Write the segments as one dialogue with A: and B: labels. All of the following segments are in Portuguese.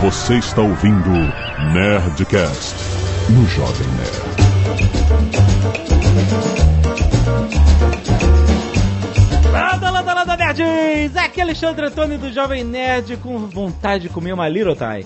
A: Você está ouvindo Nerdcast no Jovem Nerd.
B: Lada, lada, lada, nerds! Aqui é Alexandre Antônio do Jovem Nerd com vontade de comer uma Little Thai.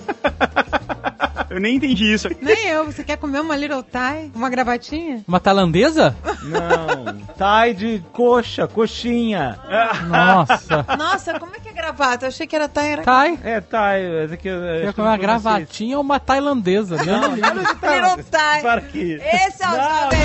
C: Eu nem entendi isso.
D: Nem eu. Você quer comer uma little Thai? Uma gravatinha?
E: Uma tailandesa?
B: Não. Thai de coxa, coxinha.
E: Nossa.
D: Nossa, como é que é gravata? Eu achei que era Thai. Era...
E: Thai?
B: É, Thai. Mas aqui, eu
E: Quer comer uma gravatinha ou uma tailandesa? né? Não,
D: Little Thai.
B: Para aqui.
D: Esse é o
B: Não, não,
D: Jovem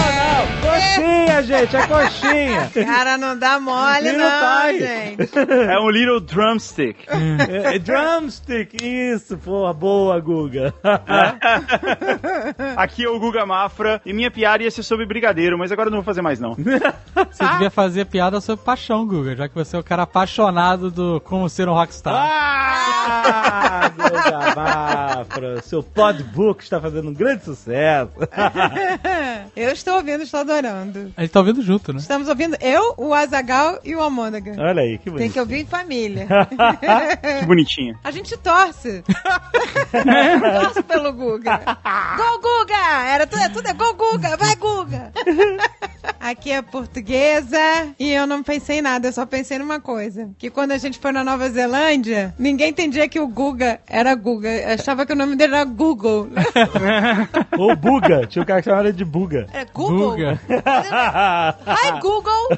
B: não, não. Coxinha, gente, é coxinha.
D: Nerd. Cara, não dá mole
B: Little
D: não,
B: Thai.
D: gente.
C: É um little drumstick.
B: É, é drumstick, isso, porra, boa, Guga.
C: Aqui é o Guga Mafra e minha piada ia ser sobre brigadeiro, mas agora eu não vou fazer mais não.
E: Você devia fazer piada sobre paixão, Guga, já que você é o cara apaixonado do como ser um rockstar.
B: Ah, Guga Mafra, seu podbook está fazendo um grande sucesso.
D: Eu estou ouvindo, estou adorando.
E: A gente tá ouvindo junto, né?
D: Estamos ouvindo eu, o Azagal e o Almôndega.
B: Olha aí, que
D: Tem
B: bonito.
D: que ouvir em família.
C: Que bonitinha.
D: A gente torce. torce pelo Guga. Gol, Guga! Era tudo, é tudo é gol, Guga! Vai, Guga! Aqui é portuguesa e eu não pensei em nada, eu só pensei numa coisa. Que quando a gente foi na Nova Zelândia, ninguém entendia que o Guga era Guga. Eu achava que o nome dele era Google.
B: Ou Buga, tinha um cara que chamava ele de Buga.
D: Era Google?
E: Guga.
D: Hi, Google!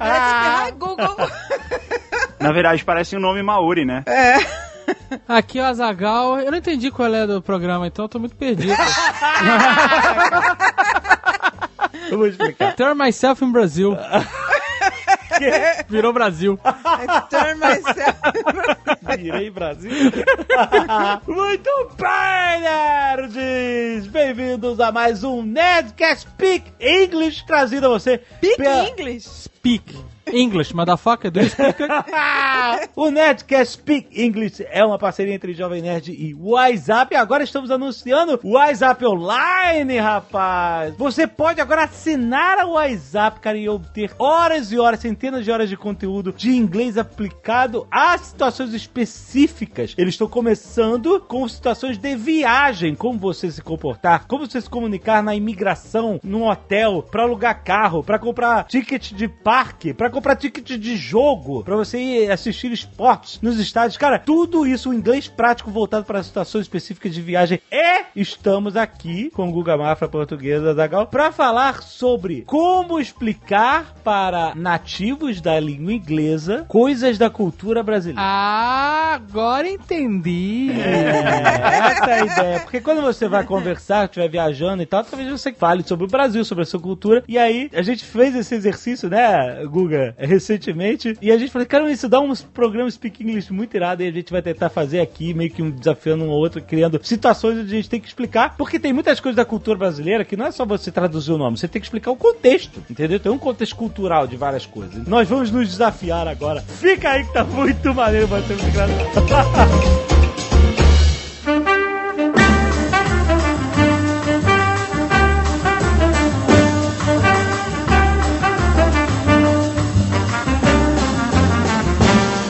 D: Era tipo, hi, Google!
C: Na verdade, parece um nome maori, né?
E: Aqui é o Azagal. Eu não entendi qual é do programa, então eu tô muito perdido.
B: Eu vou explicar.
E: Turn myself in Brasil. Virou Brasil.
D: I turn myself.
B: Virei Brasil. Muito bem, nerds! Bem-vindos a mais um Nerdcast Speak English trazido a você
D: Big
B: pela-
D: English!
E: Speak. English, motherfucker. Do you speak?
B: O Nerdcast Speak English é uma parceria entre Jovem Nerd e WhatsApp. E agora estamos anunciando o WhatsApp Online, rapaz. Você pode agora assinar a WhatsApp, cara, e obter horas e horas, centenas de horas de conteúdo de inglês aplicado a situações específicas. Eles estão começando com situações de viagem, como você se comportar, como você se comunicar na imigração, num hotel, pra alugar carro, pra comprar ticket de parque, pra comprar ticket de jogo, pra você ir assistir esportes nos estádios. Cara, tudo isso em inglês prático voltado para situações específicas de viagem. E estamos aqui com o Guga Mafra, portuguesa da Gal, pra falar sobre como explicar para nativos da língua inglesa coisas da cultura brasileira.
E: Ah, agora entendi.
B: É, essa é a ideia. Porque quando você vai conversar, estiver viajando e tal, talvez você fale sobre o Brasil, sobre a sua cultura. E aí, a gente fez esse exercício, né, Guga, recentemente. E a gente falou, cara, isso dá uns programas Speak English muito irado. E a gente vai tentar fazer aqui, meio que um desafiando um ao outro, criando situações onde a gente tem que explicar. Porque tem muitas coisas da cultura brasileira que não é só você traduzir o nome, você tem que explicar o contexto, entendeu? Tem um contexto cultural de várias coisas. Nós vamos nos desafiar agora. Fica aí que tá muito maneiro, vai ser muito engraçado.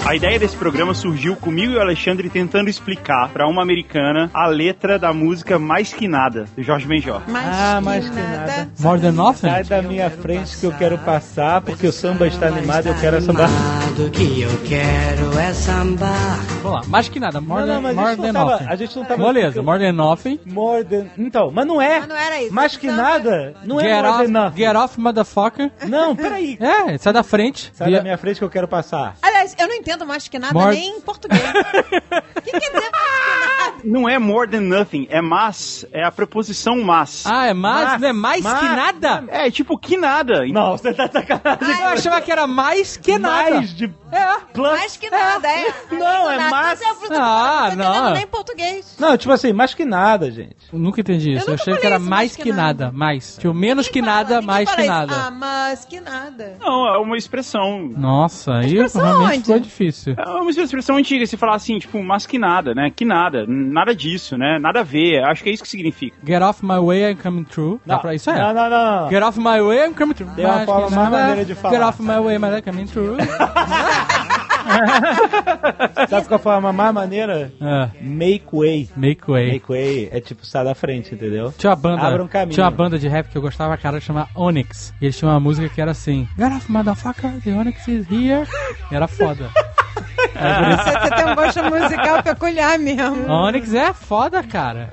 C: A ideia desse programa surgiu comigo e o Alexandre tentando explicar pra uma americana a letra da música Mais Que Nada, do Jorge Benjor.
D: Mais
B: Ah,
D: que
B: mais que
D: nada.
B: nada.
E: More than nothing?
B: Sai da minha frente que eu quero passar, porque o samba está animado, eu quero sambar.
F: O que eu quero é sambar.
E: Vamos lá. Mais que nada. More
B: Não, não,
E: than,
B: mas a
E: more
B: gente não
E: than
B: tava-
E: nothing.
B: a gente não tava-
E: Beleza. More than nothing.
B: More than... Então, mas não é.
D: Mas não era isso. então, né?
B: Mais que
D: Samba-
B: nada, não é
E: get,
B: more
E: off,
B: than nothing.
E: get off, motherfucker.
B: Não, peraí.
E: É, sai da frente.
B: Sai
E: Via-
B: da minha frente que eu quero passar.
D: Aliás, eu não entendo mais que nada
E: Mor-
D: nem em português. O que quer dizer mais que nada?
C: Não é more than nothing, é mas, é a preposição mas.
E: Ah, é mais,
B: Mas-
E: não é mais que
B: mas-
E: nada?
C: É, tipo que nada.
B: Não, você tá sacanagem.
E: Eu achava que era mais que nada.
B: Mais de...
E: É.
B: Plus...
D: Mais que nada, é.
B: Não, é mais-
D: Mas eu não tô
E: Ah, não.
D: entendendo nem em português.
B: Não, tipo assim, mais que nada, gente.
E: Eu nunca entendi
D: Eu
E: isso. Eu,
D: nunca
E: achei que
D: falei
E: era
D: isso,
E: mais que, nada. Mais. Tipo, menos que
D: Ninguém fala-
E: nada,
D: ninguém
E: mais
D: fala
E: que
D: isso.
E: nada.
D: Ah, mas que nada.
C: Não, é uma expressão.
E: Nossa, aí
D: Expressão
E: realmente
D: onde?
E: ficou difícil.
C: É uma expressão antiga, se falar assim, tipo, mas que nada, né? Que nada, nada disso, né? Nada a ver, acho que é isso que significa.
E: Get off my way, I'm coming through. Dá pra isso é.
B: Não, não, não.
E: Get off my way, I'm coming through.
B: Tem uma
E: Mais que
B: forma mais
E: nada.
B: maneira de falar.
E: Get off my way, I'm coming through.
B: Sabe qual foi a mais maneira?
E: Ah,
B: Make way.
E: make way.
B: Make way é tipo sai da frente, entendeu?
E: Tinha uma banda,
B: Abra um caminho.
E: tinha uma banda de rap que eu gostava, cara, chamava Onyx. E eles tinham uma música que era assim: Get off, motherfucker, the Onyx is here. E era foda.
D: Você, você tem um gosto musical peculiar mesmo.
E: Onyx é foda, cara.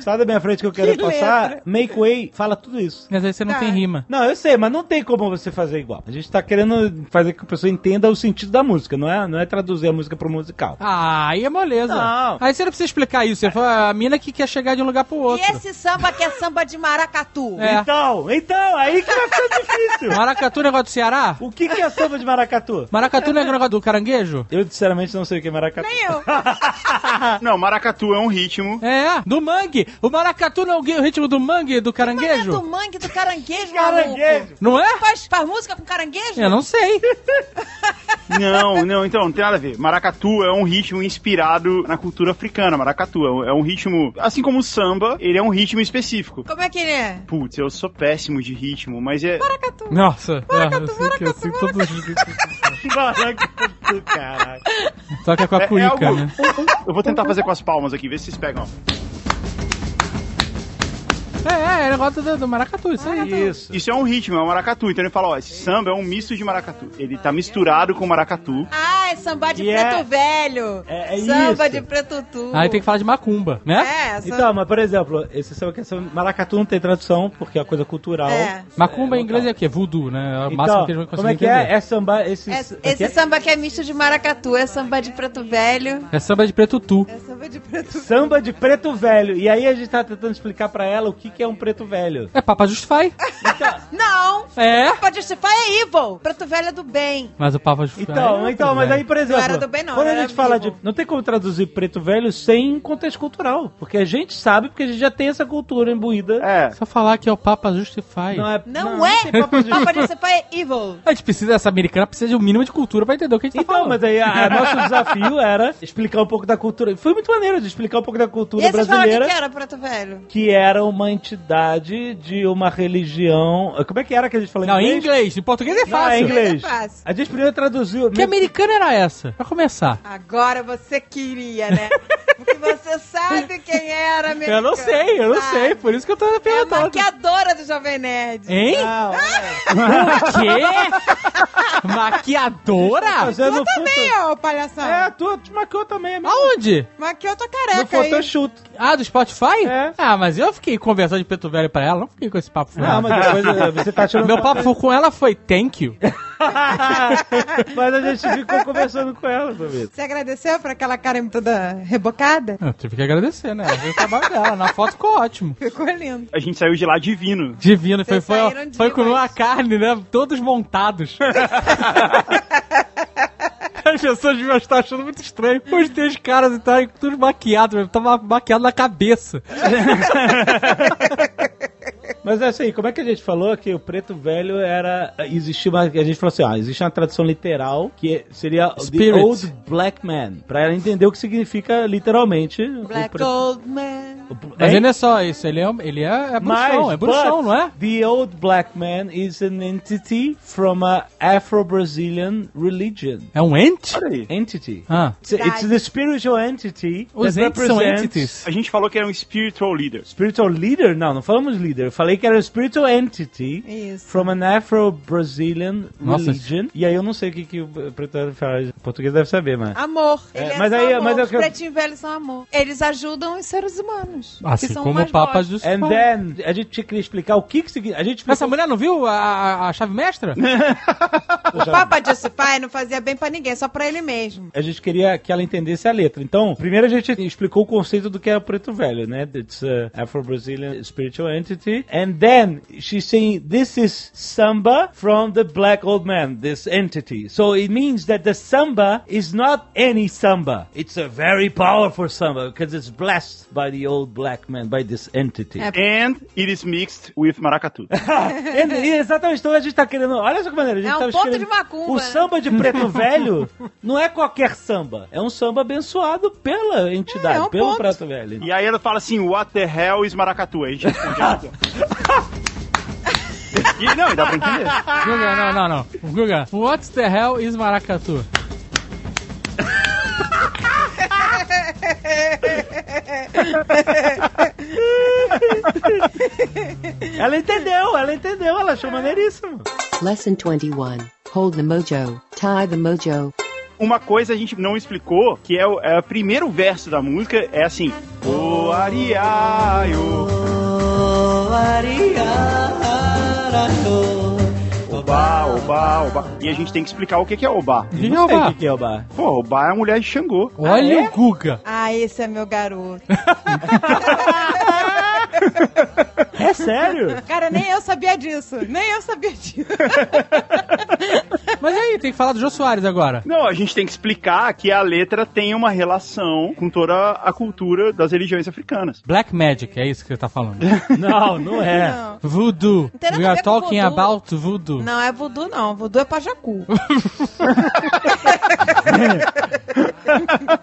B: Sai da minha frente que eu quero
D: Que
B: passar. Make way fala tudo isso.
E: Mas aí você não
D: Tá.
E: tem rima.
B: Não, eu sei, mas não tem como você fazer igual. A gente tá querendo fazer que a pessoa entenda o sentido da música, não é, não é traduzir a música pro musical.
E: Ah, aí é moleza.
B: Não.
E: Aí você não precisa explicar isso. Você fala, a mina que quer chegar de um lugar pro
D: E
E: outro.
D: esse samba que é samba de maracatu?
E: É.
B: Então, então, aí que vai ficar difícil.
E: Maracatu é negócio do Ceará?
B: O que, que é samba de maracatu?
E: Maracatu não é negócio do caranguejo?
B: Eu, sinceramente, não sei o que é maracatu.
D: Nem eu.
C: Não, maracatu é um ritmo.
E: É, do mangue. O maracatu não é o gui- o ritmo do mangue, do
D: Mas não é do
E: caranguejo?
D: mangue, do caranguejo, maluco.
B: Caranguejo.
E: Não é?
D: Faz, faz música com caranguejo?
E: Eu É, não sei.
C: Não, não, então, não tem nada a ver. Maracatu é um ritmo inspirado na cultura africana. Maracatu é um- é um ritmo, assim como o samba, ele é um ritmo específico.
D: Como é que ele é?
C: Putz, eu sou péssimo de ritmo, mas é.
D: Maracatu.
E: Nossa.
D: Maracatu,
E: eu sei que eu sei todos os ritmos.
B: Maracatu, caraca.
E: Só que é com
C: É-
E: a
C: é
E: cuíca,
C: algo-
E: né?
C: Eu vou tentar fazer com as palmas aqui, ver se vocês pegam.
E: É, é, é negócio do, do maracatu, isso aí.
B: Isso.
C: Isso é um ritmo, é um maracatu. Então ele fala, ó, esse samba é um misto de maracatu. Ele tá misturado com maracatu.
D: Ah, é samba de
B: E é-
D: preto velho.
B: é- é
D: samba
B: isso.
D: de preto tu.
E: Aí tem que falar de macumba, né?
D: É, samba...
B: Então, mas por exemplo, esse samba que é samba- maracatu não tem tradução, porque é uma coisa cultural.
D: É.
E: Macumba em
B: É,
E: inglês é
B: local.
E: o quê? Voodoo, né? É o máximo
B: Então,
E: que eles vão conseguir
B: como é que
E: entender.
B: é? É samba, esse,
D: É,
B: como é que
D: esse
B: é?
D: samba que é misto de maracatu, é samba de preto velho.
E: É samba de preto tu.
D: É samba de preto
B: Samba de preto velho. E aí a gente tá tentando explicar pra ela o que, que é um preto velho.
E: É Papa Justify.
D: Não!
E: É.
D: Papa Justify é evil. Preto velho é do bem.
E: Mas o Papa Justify...
B: Então,
E: é
B: então, mas aí, por exemplo,
D: Não era do bem, não,
B: quando a
D: era
B: gente fala de.
D: vivo.
B: Não tem como traduzir preto velho sem contexto cultural. Porque a gente sabe, porque a gente já tem essa cultura imbuída.
C: É.
E: Só falar que é o Papa Justify.
B: é.
D: Não, é?
B: tem papo de-
D: Papa Justify é evil.
E: A gente precisa, essa americana precisa de um mínimo de cultura pra entender o que a gente tá
B: Então,
E: falando.
B: mas aí a, a nosso desafio era explicar um pouco da cultura. Foi muito maneiro de explicar um pouco da
D: E
B: cultura
D: aí vocês falaram o
B: brasileira.
D: que é- que era preto velho?
B: que era uma entidade de uma religião. Como é que era que a gente falou
E: Não, em inglês. Em português é
B: Não, em
E: fácil.
B: inglês.
D: Mas é fácil. é
B: A gente primeiro traduziu.
E: Que americana era essa? Pra começar.
D: Agora você queria, né? Porque você sabe quem era, meu
E: Eu não sei, eu não sei. Por isso que eu tô
D: É a
E: perguntando.
D: maquiadora do Jovem Nerd.
E: Hein?
B: Não,
E: Quê? Maquiadora?
B: fazendo
D: Ah, Também,
B: foto-
D: ô palhação.
B: É, tu te maquiou também, amigo.
E: Aonde?
D: Maquiou tua
B: No
D: careca aí.
B: Photoshoot.
E: Ah, do Spotify?
B: É.
E: Ah, mas eu fiquei conversando de preto velho pra ela, não fiquei com esse papo
B: Não,
E: furado.
B: mas depois eh, você tá tirando.
E: Meu papo com ela foi thank you.
B: mas a gente ficou conversando com ela, Fabito.
D: Você agradeceu pra aquela cara toda rebocada?
E: Eu tive que agradecer, né? Eu vi o trabalho dela. Na foto ficou ótimo.
D: Ficou lindo.
C: A gente saiu de lá divino.
E: Divino, foi,
D: Vocês
E: foi,
D: saíram
E: foi com
D: demais.
E: a carne, né? Todos montados. As pessoas deviam estar achando muito estranho. Os três caras estavam todos maquiados, eu tava maquiado na cabeça.
B: Mas é assim, como é que a gente falou que o preto velho era. Existia uma. A gente falou assim, ó, existe uma tradução literal que seria
E: Spirit.
B: The Old Black Man. Pra ela entender o que significa literalmente. o
D: Black
B: preto...
D: Old Man.
E: Mas
B: Hein?
E: ele é só isso, ele é, ele é, é bruxão, é bruxão,
B: but
E: não é?
B: The old black man is an entity from a Afro-Brazilian religion.
E: É um ente?
C: Olha aí.
B: Entity.
E: Ah.
B: It's, it's the spiritual entity
E: Os
B: that
E: entes são
B: represents-
E: entities.
C: A gente falou que era um spiritual leader.
B: Spiritual leader? Não, não falamos líder. Eu falei que era spiritual entity
D: Isso.
B: from an Afro-Brazilian
E: Nossa.
B: religion. E aí eu não sei o que, que o preto falar. O português deve saber, mas...
D: Amor.
B: É,
D: Ele é
B: mas
D: só
B: aí-
D: amor.
B: mas é o
D: Os
B: que eu-
D: pretinhos velhos são amor. Eles ajudam os seres humanos.
E: Assim
D: que são
E: como
D: mais
E: o Papa
D: bostas.
E: Jesus.
B: And
E: falou.
B: then, a gente tinha que explicar o que que significa... A gente explicou...
E: Essa mulher não viu a, a- a chave mestra?
D: O Papa Jesus Pai não fazia bem pra ninguém, só pra ele mesmo.
B: a gente queria que ela entendesse a letra. Então, primeiro a gente explicou o conceito do que é o preto velho, né? It's a Afro-Brazilian spiritual entity. And then she's saying this is samba from the black old man, this entity. So it means that the samba is not any samba. It's a very powerful samba because it's blessed by the old black man, by this entity.
D: É.
C: And it is mixed with maracatu.
B: And- e exatamente, então a gente tá querendo. Olha só que maneira. A gente
D: É um
B: tava
D: ponto
B: querendo-
D: de macumba,
B: O
D: né?
B: samba de preto velho não é qualquer samba. É um samba abençoado pela entidade,
D: É, é um
B: pelo
D: ponto.
B: preto velho.
C: e aí ela fala assim, what the hell is maracatu? Aí A gente responde, E, não, e dá pra entender.
E: Guga, não, não, não. Guga, what the hell is maracatu?
B: Ela entendeu, ela entendeu, ela
D: É.
B: achou maneiríssimo.
G: Lesson 21. Hold the mojo. Tie the mojo.
C: Uma coisa a gente não explicou, que é o, é o primeiro verso da música, é assim... O Ariaio, oba, oba, oba. E a gente tem que explicar o que que é oba.
E: Que
B: Não sei é? o
E: oba?
B: que que é o bar.
C: Pô, oba é a mulher de Xangô.
E: Olha o Guga.
D: Ah, esse é meu garoto.
B: É sério?
D: Cara, nem eu sabia disso. Nem eu sabia disso.
E: Mas e aí, tem que falar do Jô Soares agora.
C: Não, a gente tem que explicar que a letra tem uma relação com toda a cultura das religiões africanas.
E: Black Magic, é isso que você tá falando.
B: Não, não é.
D: Não.
E: Voodoo.
D: tem nada
E: We
D: a
E: are
D: ver com
E: talking
D: voodoo.
E: about voodoo.
D: Não é voodoo, não. Voodoo é pajacu.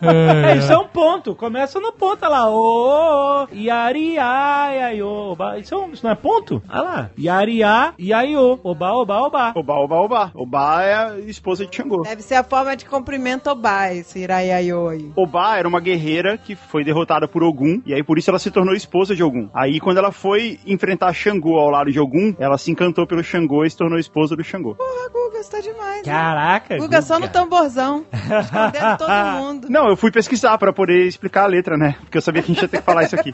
B: É, isso é um ponto. Começa no ponto, olha lá. Ô, ô, ô, iari, ai, ai, ô, oba. Isso, é um- isso não é ponto? Olha lá. Iari, a, iai, ô. Oba, oba, oba.
C: Oba, oba, oba. Oba é a esposa de Xangô.
D: Deve ser a forma de cumprimento Obá, esse iraiaioi.
C: Oba era uma guerreira que foi derrotada por Ogum, e aí por isso ela se tornou esposa de Ogum. Aí quando ela foi enfrentar Xangô ao lado de Ogum, ela se encantou pelo Xangô e se tornou esposa do Xangô.
D: Porra, Guga, você tá demais. né?
B: Caraca.
D: Guga só no tamborzão. Escondendo todo mundo.
C: Não, eu fui pesquisar pra poder explicar a letra, né? Porque eu sabia que a gente ia ter que falar isso aqui.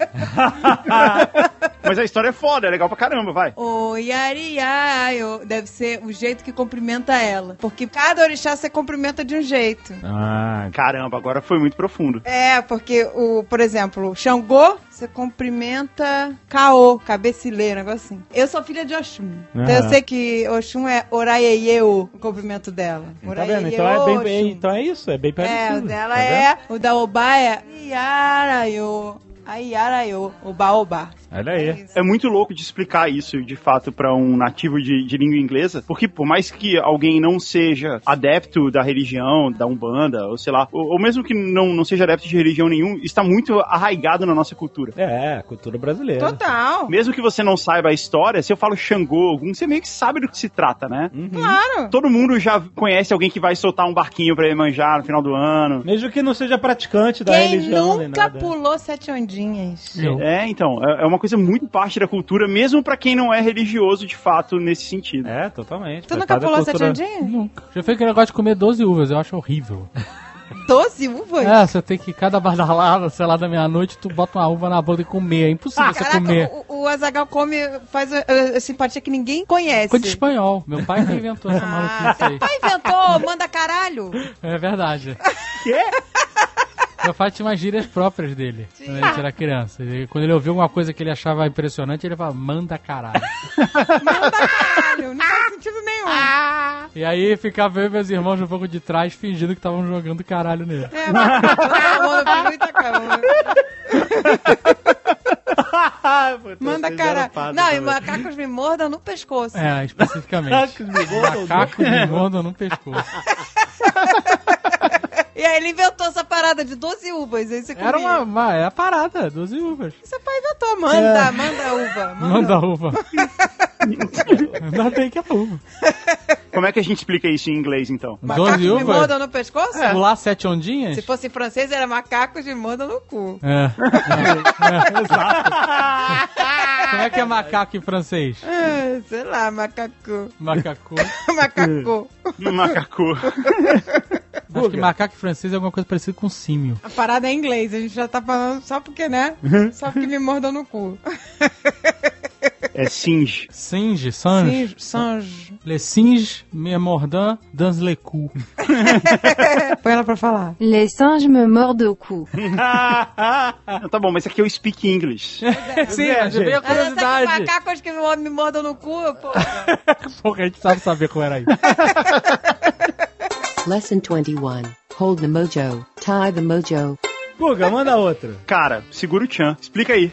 C: Mas a história é foda, é legal pra caramba, vai.
D: O Yariaio deve ser o jeito que cumprimenta ela. Porque cada orixá você cumprimenta de um jeito.
B: Ah,
C: Caramba, agora foi muito profundo.
D: É, porque o, por exemplo, o Xangô, você cumprimenta Caô, cabecileiro, um negócio assim. Eu sou filha de Oxum. Então
B: Aham.
D: eu sei que Oxum é Oraieieu, o cumprimento dela.
B: tá vendo? Então
D: Oraieiô,
B: é, bem, bem-
D: Oxum.
B: então é isso, é bem
D: É,
B: parecido.
D: o dela
B: tá
D: é. O da Obá é Iaraiô. Aiaraiô. Oba Oba.
B: vendo? Olha aí.
D: Isso.
C: É muito louco de explicar isso, de fato, pra um nativo de, de língua inglesa, porque por mais que alguém não seja adepto da religião, da Umbanda, ou sei lá, ou, ou mesmo que não, não seja adepto de religião nenhum, está muito arraigado na nossa cultura.
B: É, cultura brasileira.
D: Total.
C: Mesmo que você não saiba a história, se eu falo Xangô, algum, você meio que sabe do que se trata, né?
D: Claro.
C: Todo mundo já conhece alguém que vai soltar um barquinho pra Iemanjá no final do ano.
B: Mesmo que não seja praticante da
D: Quem
B: religião nem
D: nunca
B: nada.
D: pulou sete ondinhas?
E: Eu.
C: É, então, é é uma coisa muito parte da cultura, mesmo pra quem não é religioso de fato nesse sentido.
B: É, totalmente.
D: Tu
B: Faz
D: nunca
B: parte da
D: pulou sete
B: cultura-
D: ondinhas?
E: Nunca. Já fez aquele negócio de comer 12 uvas, eu acho horrível.
D: Doze um uvas?
E: É, você tem que, cada badalada, sei lá, da meia-noite, tu bota uma uva na boca e comer. É impossível você comer.
D: Ah, Caraca, o, o Azagal come, faz a, a simpatia que ninguém conhece.
E: Coisa de espanhol. Meu pai que inventou essa
D: Ah,
E: maluquice
D: seu
E: aí.
D: pai inventou, manda caralho.
E: É verdade. Meu pai tinha umas gírias próprias dele, quando a gente era criança. E quando ele ouviu alguma coisa que ele achava impressionante, ele falava, manda caralho.
D: Manda caralho, não faz sentido nenhum. Ah.
E: E aí ficava eu e meus irmãos no fogo de trás, fingindo que estavam jogando caralho nele.
D: É, mas todo mundo com muita calma. Manda caralho. Não, e macacos me mordam no pescoço.
E: É, especificamente. Macaco me mordam no pescoço.
D: E aí ele inventou essa parada de 12 uvas. Aí você comia.
E: Era uma, uma era parada, 12 uvas.
D: Seu pai inventou, manda, manda uva.
E: É. Manda a uva. Ainda bem que é uva.
C: Como é que a gente explica isso em inglês, então?
D: Macacos
E: 12
D: me
E: uvas? É.
D: mordam no pescoço?
E: Pular sete ondinhas?
D: é. Se fosse em francês, era macacos me mordam no cu.
E: É. É, é, exato. Como é que é macaco em francês?
D: Ah, Sei lá, macaco.
E: Macaco.
D: Macaco.
C: Macaco.
E: Acho que macaco em francês é alguma coisa parecida com símio.
D: A parada é em inglês, a gente já tá falando só porque, né?
E: Uhum.
D: Só porque me mordam no cu.
C: É singe.
E: Singe, sange.
D: Singe, Sanjo.
E: Le singe, me mordant, dans le cou.
D: É, Põe ela pra falar.
H: Les singes me mordent au cou.
C: Ah, tá bom, mas aqui eu speak English.
E: Sim, mas é bem
D: Mas eu sei
E: a
D: que
E: curiosidade.
D: macacos que me me mordam no cu, pô.
E: Porra, a gente sabe saber qual era isso.
G: Lesson 21. Hold the mojo. Tie the mojo.
B: Guga, manda outra.
C: Cara, segura o Chan. Explica aí.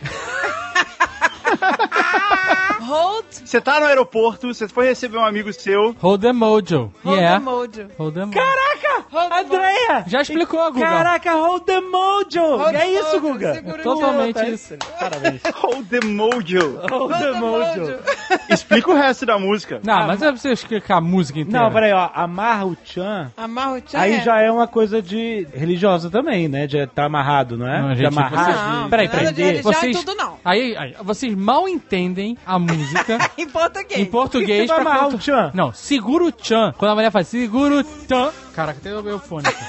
D: Hold,
C: Você tá no aeroporto, você foi receber um amigo seu.
E: Hold the
D: hold
E: mojo.
D: the
E: yeah.
D: mojo.
E: Hold the mojo.
B: Caraca!
D: Hold the
B: Andréia!
E: Já explicou, Guga.
B: Caraca, hold the mojo!
D: Hold
B: é
D: the
B: isso,
D: mojo,
B: Guga!
D: segura o
E: Totalmente
B: Tá
E: isso.
B: Parabéns.
C: Hold the mojo.
B: Hold the mojo.
C: Explica o resto da música.
E: Não, mas é pra você explicar a música inteira.
B: Não, peraí, ó. Amarra o É. tchan.
D: Amarra o tchan.
B: Aí já é uma coisa de religiosa também, né? De tá amarrado, não é?
E: Não,
B: de
E: gente,
B: amarrar.
E: vocês-
D: Não,
B: peraí,
D: nada de
B: prender.
D: religião. Já é tudo não.
E: Aí, aí, vocês mal entendem a música
D: Em português.
E: é. em português.
B: Por que que você vai
E: pra
B: amarrar
E: contra-
B: o tchan?
E: Não, segura o tchan. Quando a mulher faz segura o tchan. Caraca, até o meu fone. aqui.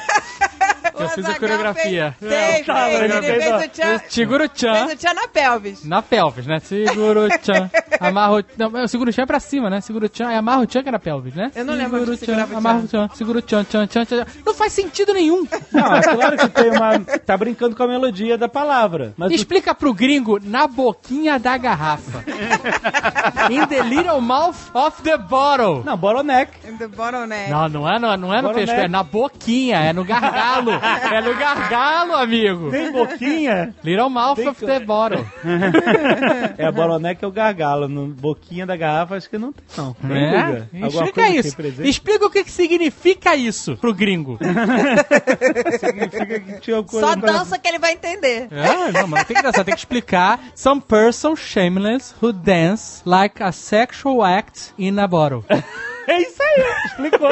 D: O
E: eu fiz a
D: Azaghal
E: coreografia. É,
D: Fez, fez,
B: Tá, mas
D: fez,
B: não
D: ele
B: fez,
D: fez
B: não.
D: o tchan.
E: Segura o tchan.
D: Fez o tchan na pelvis.
E: Na pelvis, né? Segura o tchan. Amarra o Não, mas segura o tchan é pra cima, né? Segura o tchan. É amarra o tchan que era pelvis, né?
D: Eu não lembro
E: segura
D: onde
E: o tchan.
D: segurava o tchan.
E: Amarra o tchan. Segura o tchan, tchan, tchan, tchan. Não faz sentido nenhum.
B: Não, é claro que tem uma. Tá brincando com a melodia da palavra. Mas o
E: Explica pro gringo na boquinha da garrafa. In the little mouth of the bottle.
B: Não, bottleneck.
D: In the né? bottleneck.
E: Não, não é, no- não é no
B: Agora
E: peixe,
B: não é.
E: é na boquinha, é no gargalo. é no gargalo, amigo.
B: Tem boquinha?
E: Little mouth
B: Tem
E: of
B: que-
E: the bottle.
B: É, bottleneck é o gargalo. No boquinha da garrafa, acho que não tem, não. Tem, Guga?
E: É?
B: Alguma
E: Explica
B: coisa assim que
E: isso.
B: represente?
E: Explica o que, que significa isso pro gringo.
B: Significa que tinha alguma coisa
D: Só
B: pra-
D: dança que ele vai entender.
E: É, não, mas tem que dançar, tem que explicar. Some person shameless who dance like a sexual act in a bottle.
B: É isso aí, explicou.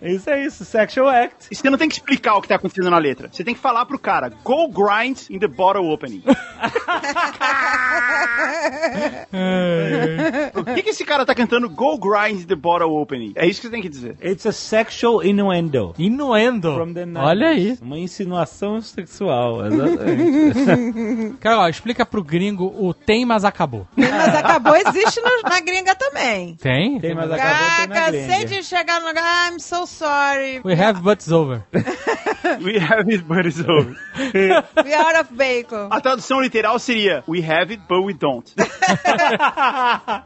B: é isso aí, isso, sexual act.
C: Você não tem que explicar o que tá acontecendo na letra. Você tem que falar pro cara, go grind in the bottle opening.
B: É.
C: Por que, que esse cara tá cantando go grind in the bottle opening? É isso que você tem que dizer.
B: It's a sexual innuendo.
E: Inuendo.
B: From the 90s.
E: Olha aí.
B: Uma insinuação sexual, exatamente.
E: Cara, ó, explica pro gringo o tem, mas acabou.
D: Mas acabou, existe no- na gringa também.
E: Tem?
B: Tem, mas acabou tem
D: Caraca,
B: na
D: cansei
B: grande.
D: de chegar no lugar. "Ah, I'm so sorry.
E: We have butts over.
C: We have it, but it's over.
D: We are out of bacon.
C: A tradução literal seria, we have it, but we don't.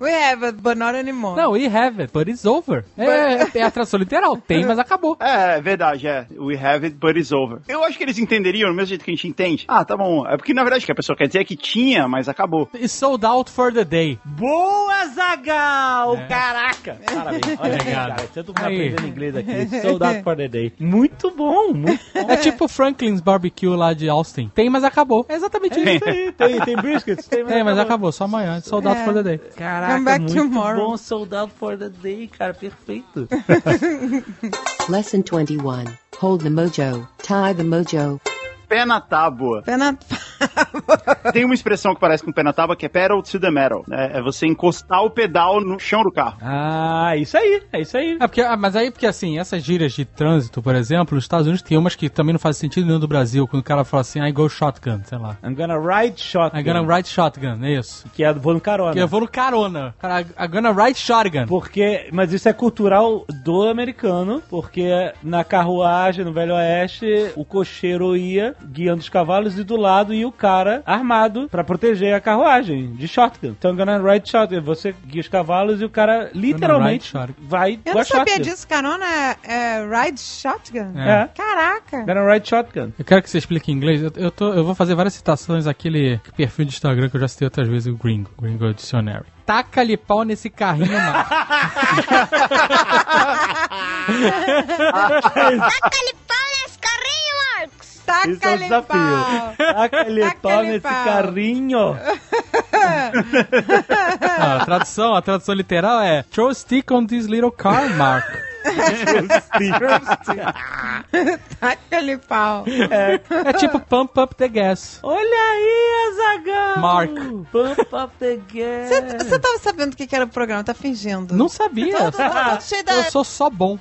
D: We have it, but not anymore.
E: Não, we have it, but it's over. É, é a tradução literal. Tem, mas acabou.
C: É, é verdade, é. We have it, but it's over. Eu acho que eles entenderiam, do mesmo jeito que a gente entende. Ah, tá bom. É porque, na verdade, o que a pessoa quer dizer é que tinha, mas acabou.
E: It's sold out for the day.
B: Boa, Zagal! Caraca! Parabéns. Olha aí,
E: É. Obrigado.
B: cara. Você tá
E: Aí.
B: aprendendo inglês aqui. Soldado for the day. Muito bom, muito bom.
E: É tipo o Franklin's Barbecue lá de Austin. Tem, mas acabou. É exatamente isso.
B: Isso aí, tem, tem briskets, tem,
E: Tem, mas acabou. Só amanhã. It's sold out for the day.
B: Caraca,
D: Come back
B: muito
D: tomorrow.
B: bom, soldado for the day, cara, perfeito.
G: Lesson 21. Hold the mojo. Tie the mojo.
C: Pé na tábua.
D: Pé na
C: Tem uma expressão que parece com pé na tábua que é pedal to the metal. né? É, você encostar o pedal no chão do carro.
B: Ah, isso aí, é isso aí.
E: É porque, ah, mas aí, porque assim, essas gírias de trânsito, por exemplo, nos Estados Unidos tem umas que também não fazem sentido nenhum do Brasil, quando o cara fala assim, I go shotgun, sei lá.
B: I'm gonna ride shotgun.
E: I gonna ride shotgun, é isso.
B: Que é vou no carona.
E: Porque eu vou no carona. Cara, I gonna ride shotgun.
B: Porque, mas isso é cultural do americano, porque na carruagem, no Velho Oeste, o cocheiro ia guiando os cavalos e do lado ia o cara armado pra proteger a carruagem de shotgun. Então, gonna ride shotgun. Você guia os cavalos e o cara literalmente
E: Gonna ride shotgun.
B: vai
D: Eu
B: com a
D: não sabia
B: shotgun.
D: disso, carona é, é ride shotgun?
E: É.
D: Caraca!
B: Gonna ride shotgun.
E: Eu quero que você explique em inglês. Eu, eu tô, eu vou fazer várias citações àquele perfil de Instagram que eu já citei outras vezes, o Gringo, Gringo Dictionary. Taca-lhe pau nesse carrinho, mano.
I: Taca-lhe pau nesse carrinho, Marcos!
B: Isso é um
D: Taca-lhe pau!
B: desafio. Taca-lhe
D: Taca-lhe
B: pau nesse
D: pau.
B: carrinho.
E: Ah, a tradução, a tradução literal é Throw stick on this little car, Mark.
D: Taca-lhe pau!
E: É tipo pump up the gas.
B: Olha aí, Azagão.
E: Mark.
B: Pump up the gas.
D: Você você tava sabendo o que que era o programa, tá fingindo.
E: Não Tá sabia.
D: Tô, tô- tô- tô cheio da,
E: Eu sou só bom.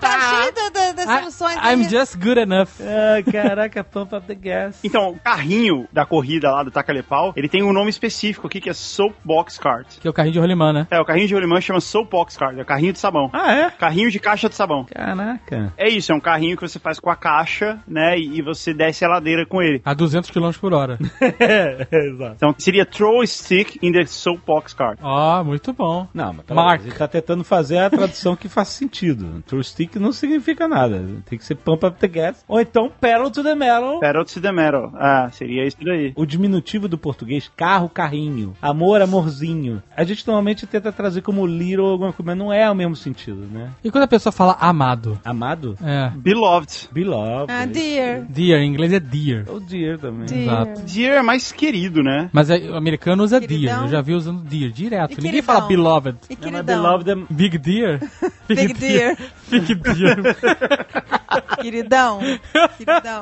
D: tá cheio da, da, das soluções
E: I- I'm
D: aí.
E: just good enough.
B: Ah, caraca, pump up the gas.
C: Então, o carrinho da corrida lá do Tacalepau, ele tem um nome específico aqui que é Soapbox Cart.
E: Que é o carrinho de rolimã, né?
C: É, o carrinho de rolimã chama Soapbox Cart, é carrinho de sabão.
B: Ah, é?
C: Carrinho de caixa de sabão.
B: Caraca.
C: É isso, é um carrinho que você faz com a caixa, né? E e você desce a ladeira com ele.
E: A 200 km por hora.
B: Exato.
C: Então seria throw a stick in the soapbox cart.
E: Ó, muito bom.
B: Não, mas tá,
E: Mark.
B: ele tá tentando fazer a tradução que faça sentido. True stick não significa nada. Tem que ser pump up the gas. Ou então pedal to the metal.
C: Pedal to the metal. Ah, seria isso daí.
B: O diminutivo do português, carro, carrinho. Amor, amorzinho. A gente normalmente tenta trazer como little alguma coisa, mas não é o mesmo sentido, né?
E: E quando a pessoa fala amado?
B: Amado?
E: É.
C: Beloved.
B: Beloved.
D: Ah, dear.
E: Dear, em inglês é dear.
B: Ou dear também.
D: Dear.
C: Dear é mais querido, né?
E: Mas é- o americano usa dear.
D: Queridão.
E: Eu já vi usando dear direto.
D: E
E: Ninguém
D: queridão?
E: fala beloved.
D: E
B: Não, mas
D: queridão.
B: beloved é...
E: Big dear?
D: Big dear.
E: Big dear.
D: Queridão. Queridão.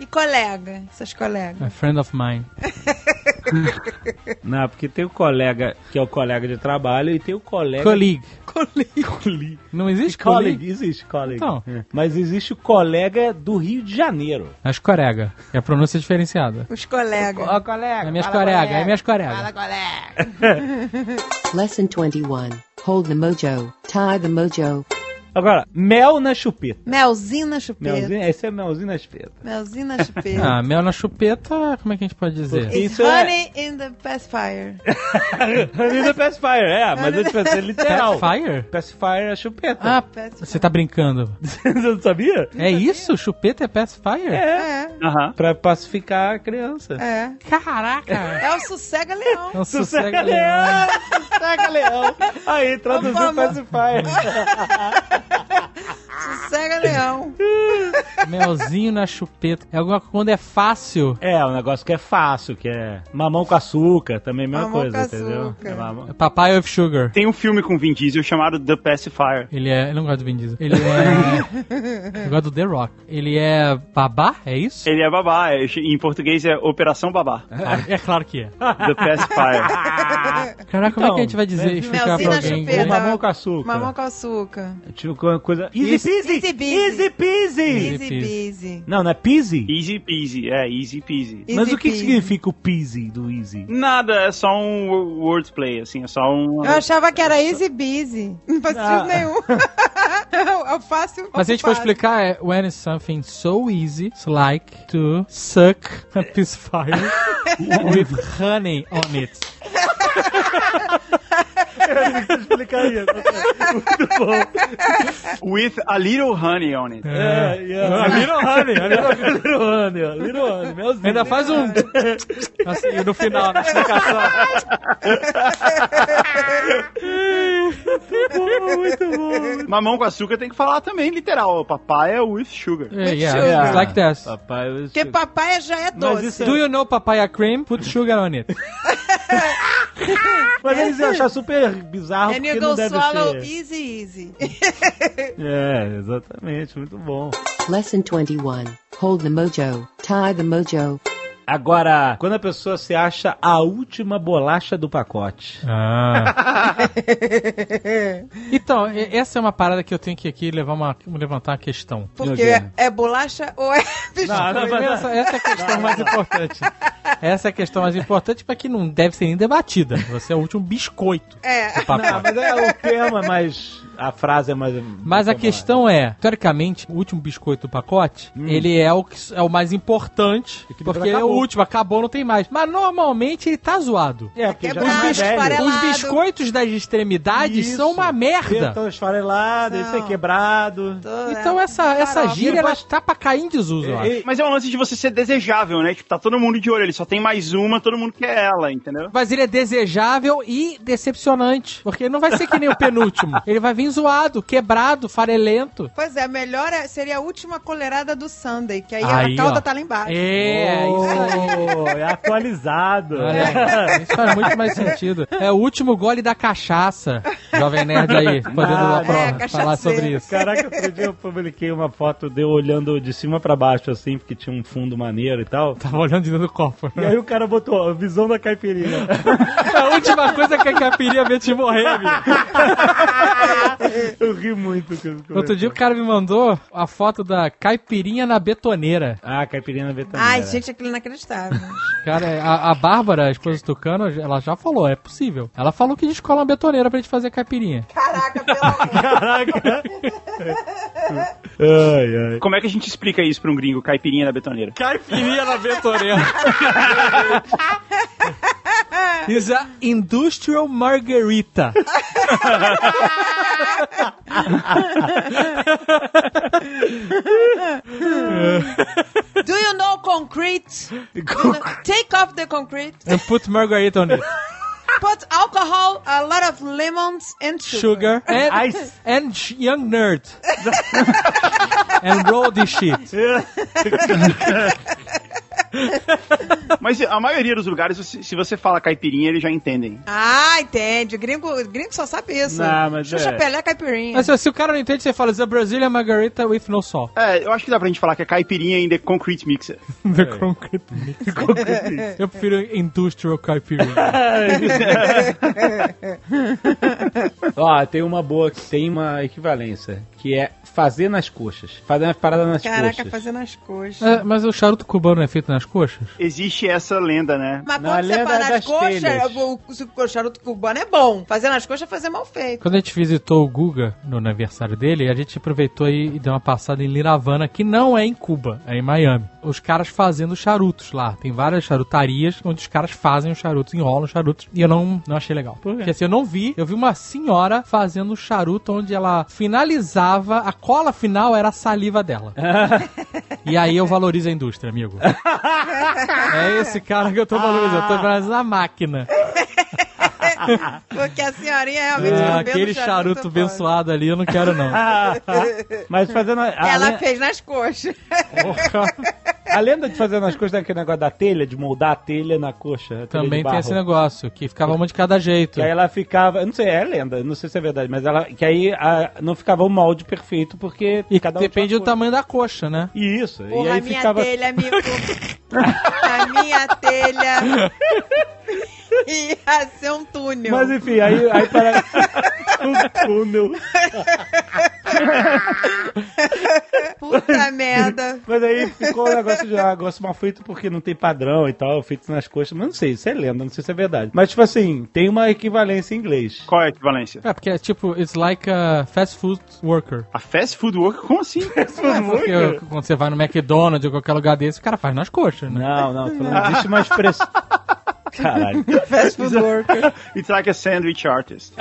D: E colega. Seus colegas.
E: A friend of mine.
B: Não, porque tem o colega, que é o colega de trabalho, e tem o colega...
E: Colleague.
B: Colleague.
E: Não existe colleague?
B: Colleague, existe colleague.
E: Então.
B: É. Mas existe o colega do Rio de Janeiro.
E: As corega. É a pronúncia diferenciada.
D: Os colegas.
B: Ó, colega.
E: É minhas corega, é minhas
D: Fala,
E: corega.
D: colega.
G: Lesson 21. Hold the mojo. Tie the mojo.
B: Agora, mel na chupeta.
D: Melzinho na chupeta. Melzinho,
B: Melzinho, esse é melzinho na chupeta.
D: na chupeta.
E: Ah, mel na chupeta, como é que a gente pode dizer?
D: It's
B: Isso é-
D: honey in the pacifier.
B: Honey the Pacifier, é, mas eu te pensei literal.
E: Fire?
B: Pacifier é chupeta.
E: Ah, você tá brincando.
B: você não sabia?
E: É isso? Chupeta é pacifier?
D: É,
C: Aham.
B: Pra pacificar a criança.
D: é.
E: Caraca!
D: É o sossega leão.
E: É um sossego
B: Sossega leão! Sossega leão! Aí, traduziu
D: Vamos.
B: pacifier.
D: Sossega leão.
E: Melzinho na chupeta. É alguma quando é fácil.
B: É, um negócio que é fácil, que é mamão com açúcar, também é a mesma
D: Mamão
B: coisa,
D: com
B: entendeu?
D: açúcar.
B: É mamão.
E: Papai of Sugar.
C: Tem um filme com Vin Diesel chamado The Pacifier.
E: Ele é. Eu não gosto do Vin Diesel. Ele é. eu gosto do The Rock. Ele é babá? É isso?
C: Ele é babá, é- em português é Operação Babá.
E: Ah, é claro que é.
C: The Pacifier.
E: Caraca, como é
B: Então,
E: que a gente vai dizer
B: né?
E: explicar
D: Melzinho
E: pra
D: na
E: alguém?
B: Ou
D: chupeta.
E: né?
B: mamão com açúcar.
D: Mamão com açúcar.
B: Tipo, uma coisa... Easy peasy!
D: Easy peasy.
B: Easy peasy!
E: Easy
D: Easy peasy.
B: Não, não é peasy?
C: Easy peasy, é, easy peasy.
D: Easy
B: Mas o que que
D: peasy.
B: significa o peasy do easy?
C: Nada, é só um wo- wordplay, assim, é só um...
D: Eu achava que era easy busy. Não faz
B: Ah.
D: sentido nenhum. eu, eu faço.
E: Mas se a gente for explicar, é when is something so easy, it's like to suck a piece of fire with honey on it.
B: Explica aí.
C: With a little honey on it.
B: É, yeah. Little Honey, Little Honey, ó, Little Honey, melzinho.
E: Ainda faz um. assim, no final, na explicação.
B: muito bom.
C: Mamão com açúcar tem que falar também, literal. Papai é with sugar.
E: Yeah, yeah,
D: sugar. Tá
E: it's like that.
B: Papai, eu
D: Porque papai já é doce.
B: isso é-
E: Do you know papaya cream? Put sugar on it.
B: Mas eles iam achar super bizarro
D: And
B: porque
D: you
B: não
D: go
B: deve
D: swallow
B: ser.
D: easy, easy.
B: É, exatamente, muito bom.
G: Lesson 21. Hold the mojo. Tie the mojo.
B: Agora, quando a pessoa se acha a última bolacha do pacote.
E: É. Então, e- essa é uma parada que eu tenho que aqui levar uma, levantar uma questão.
D: Porque
B: Deus.
D: é bolacha ou é biscoito?
B: Ah, não, mas-
E: Essa, essa é a questão mais importante. Essa é a questão mais importante para que não deve ser nem debatida. Você é o último biscoito
D: É.
E: do pacote.
B: Não, mas é o tema, é mais a frase é mais.
E: Mas a questão é, teoricamente, o último biscoito do pacote,
B: Hum.
E: ele é o, que, é o mais importante, porque é o
B: acabou.
E: último, acabou, não tem mais. Mas normalmente ele tá zoado.
B: é porque já
D: Quebrado,
B: tá velho.
D: esfarelado.
E: Os biscoitos das extremidades
B: Isso.
E: são uma merda.
B: Então esfarelado, isso é
D: Não.
B: quebrado.
D: Tô-
E: Então essa, essa
D: Farofa.
E: gíria, ela tá pra cair em desuso, eu acho.
B: E-
C: Mas é um lance de você ser desejável, né? Tipo, tá todo mundo de olho, ele só tem mais uma, todo mundo quer ela, entendeu?
E: Mas ele é desejável e decepcionante. Porque ele não vai ser que nem o penúltimo. Ele vai vir zoado, quebrado, farelento.
D: Pois é, melhor é- seria a última colherada do Sunday, que aí,
E: Aí,
D: a calda
E: ó.
D: tá lá embaixo.
E: É,
B: Oh,
E: isso aí.
B: é atualizado.
E: Olha, isso faz muito mais sentido. É o último gole da cachaça. Jovem Nerd aí, podendo
B: Ah,
E: lá pra-
D: é,
E: falar
D: cachaceiro.
E: sobre isso.
B: Caraca, outro dia eu publiquei uma foto de eu olhando de cima pra baixo, assim, porque tinha um fundo maneiro e tal.
E: Tava olhando de dentro do copo.
B: E aí o cara botou a visão da caipirinha.
E: É a última coisa que a caipirinha vê te morrer, amigo.
B: Eu ri muito. com esse
E: Outro dia o
B: comentário.
E: cara me mandou a foto da caipirinha na betoneira.
B: Ah, caipirinha vetaneira.
D: Ai, gente, aquilo é inacreditável.
E: Cara, a, a Bárbara, a esposa do Tucano, ela já falou, é possível. Ela falou que descola uma betoneira pra gente fazer caipirinha.
D: Caraca, pelo amor.
B: Caraca. ai, ai.
C: Como é que a gente explica isso pra um gringo, caipirinha na betoneira?
E: Caipirinha na betoneira. Is a industrial margarita.
D: Do you know concrete? You know- Take off the concrete.
E: And put margarita on it.
D: Put alcohol, a lot of lemons and sugar.
E: Sugar. And,
B: Ice.
E: and sh- young nerd. and roll this shit.
C: Mas a maioria dos lugares, se se você fala caipirinha, eles já entendem.
D: Ah, entende. O gringo, o gringo só sabe isso.
B: Não, mas
D: Xuxa
B: é.
D: Pelé caipirinha.
E: Mas assim, se, se o cara não entende, você fala, is a Brazilian margarita with no salt.
C: É, eu acho que dá pra gente falar que é caipirinha in the concrete mixer.
E: The concrete mix. Eu prefiro industrial caipirinha.
B: Ó, tem uma boa que tem uma equivalência, que é fazer nas coxas. Fazer uma parada nas
D: Caraca,
B: coxas.
D: fazendo as coxas.
E: É, mas o charuto cubano é feito nas coxas?
C: Existe essa lenda, né?
D: Mas
B: Na
D: quando você
B: lenda
D: faz nas
B: das
D: coxas,
B: telhas.
D: o, o, o charuto cubano é bom. Fazer nas coxas é fazer mal feito.
E: Quando a gente visitou o Guga no aniversário dele, a gente aproveitou e e deu uma passada em Liravana, que não é em Cuba, é em Miami. Os caras fazendo charutos lá. Tem várias charutarias onde os caras fazem os charutos, enrolam os charutos. E eu não, não achei legal. Porque assim, eu não vi. Eu vi uma senhora fazendo um charuto onde ela finalizava, a cola final era a saliva dela. e aí eu valorizo a indústria, amigo. é esse cara que eu tô valorizando. Eu tô valorizando a máquina.
D: Porque a senhorinha realmente
E: Ah,
D: não vê no
E: aquele charuto
D: pode.
E: abençoado ali, eu não quero não.
B: Mas fazendo. A, a
D: Ela
B: len-
D: fez nas coxas.
B: a lenda de fazer nas coxas é aquele negócio da telha, de moldar a telha na coxa. a telha de
E: Também tem
B: barro.
E: esse negócio, que ficava uma de cada jeito.
B: Que aí ela ficava, eu não sei, é lenda, não sei se é verdade, mas ela que aí a- não ficava o molde perfeito porque
E: E
B: cada um
E: depende
B: tinha
E: do
B: uma coisa.
E: tamanho da coxa, né?
B: E isso, e
D: Porra, a
B: aí
D: minha
B: ficava
D: telha, amigo. a minha telha. Ia ser um túnel.
B: Mas enfim, aí, aí para o túnel.
D: Puta merda.
B: Mas aí ficou o negócio de ah, negócio mal feito porque não tem padrão e tal, feito nas coxas. Mas não sei, isso é lenda, não sei se é verdade. Mas, tipo assim, tem uma equivalência em inglês.
C: Qual é a equivalência?
E: É, porque é tipo, it's like a fast food worker.
C: A fast food worker? Como assim?
E: É porque quando você vai no McDonald's ou qualquer lugar desse, o cara faz nas coxas, né?
B: Não, não, tô falando, existe uma expressão. Caralho.
D: Fast food worker.
C: é- It's like a sandwich artist.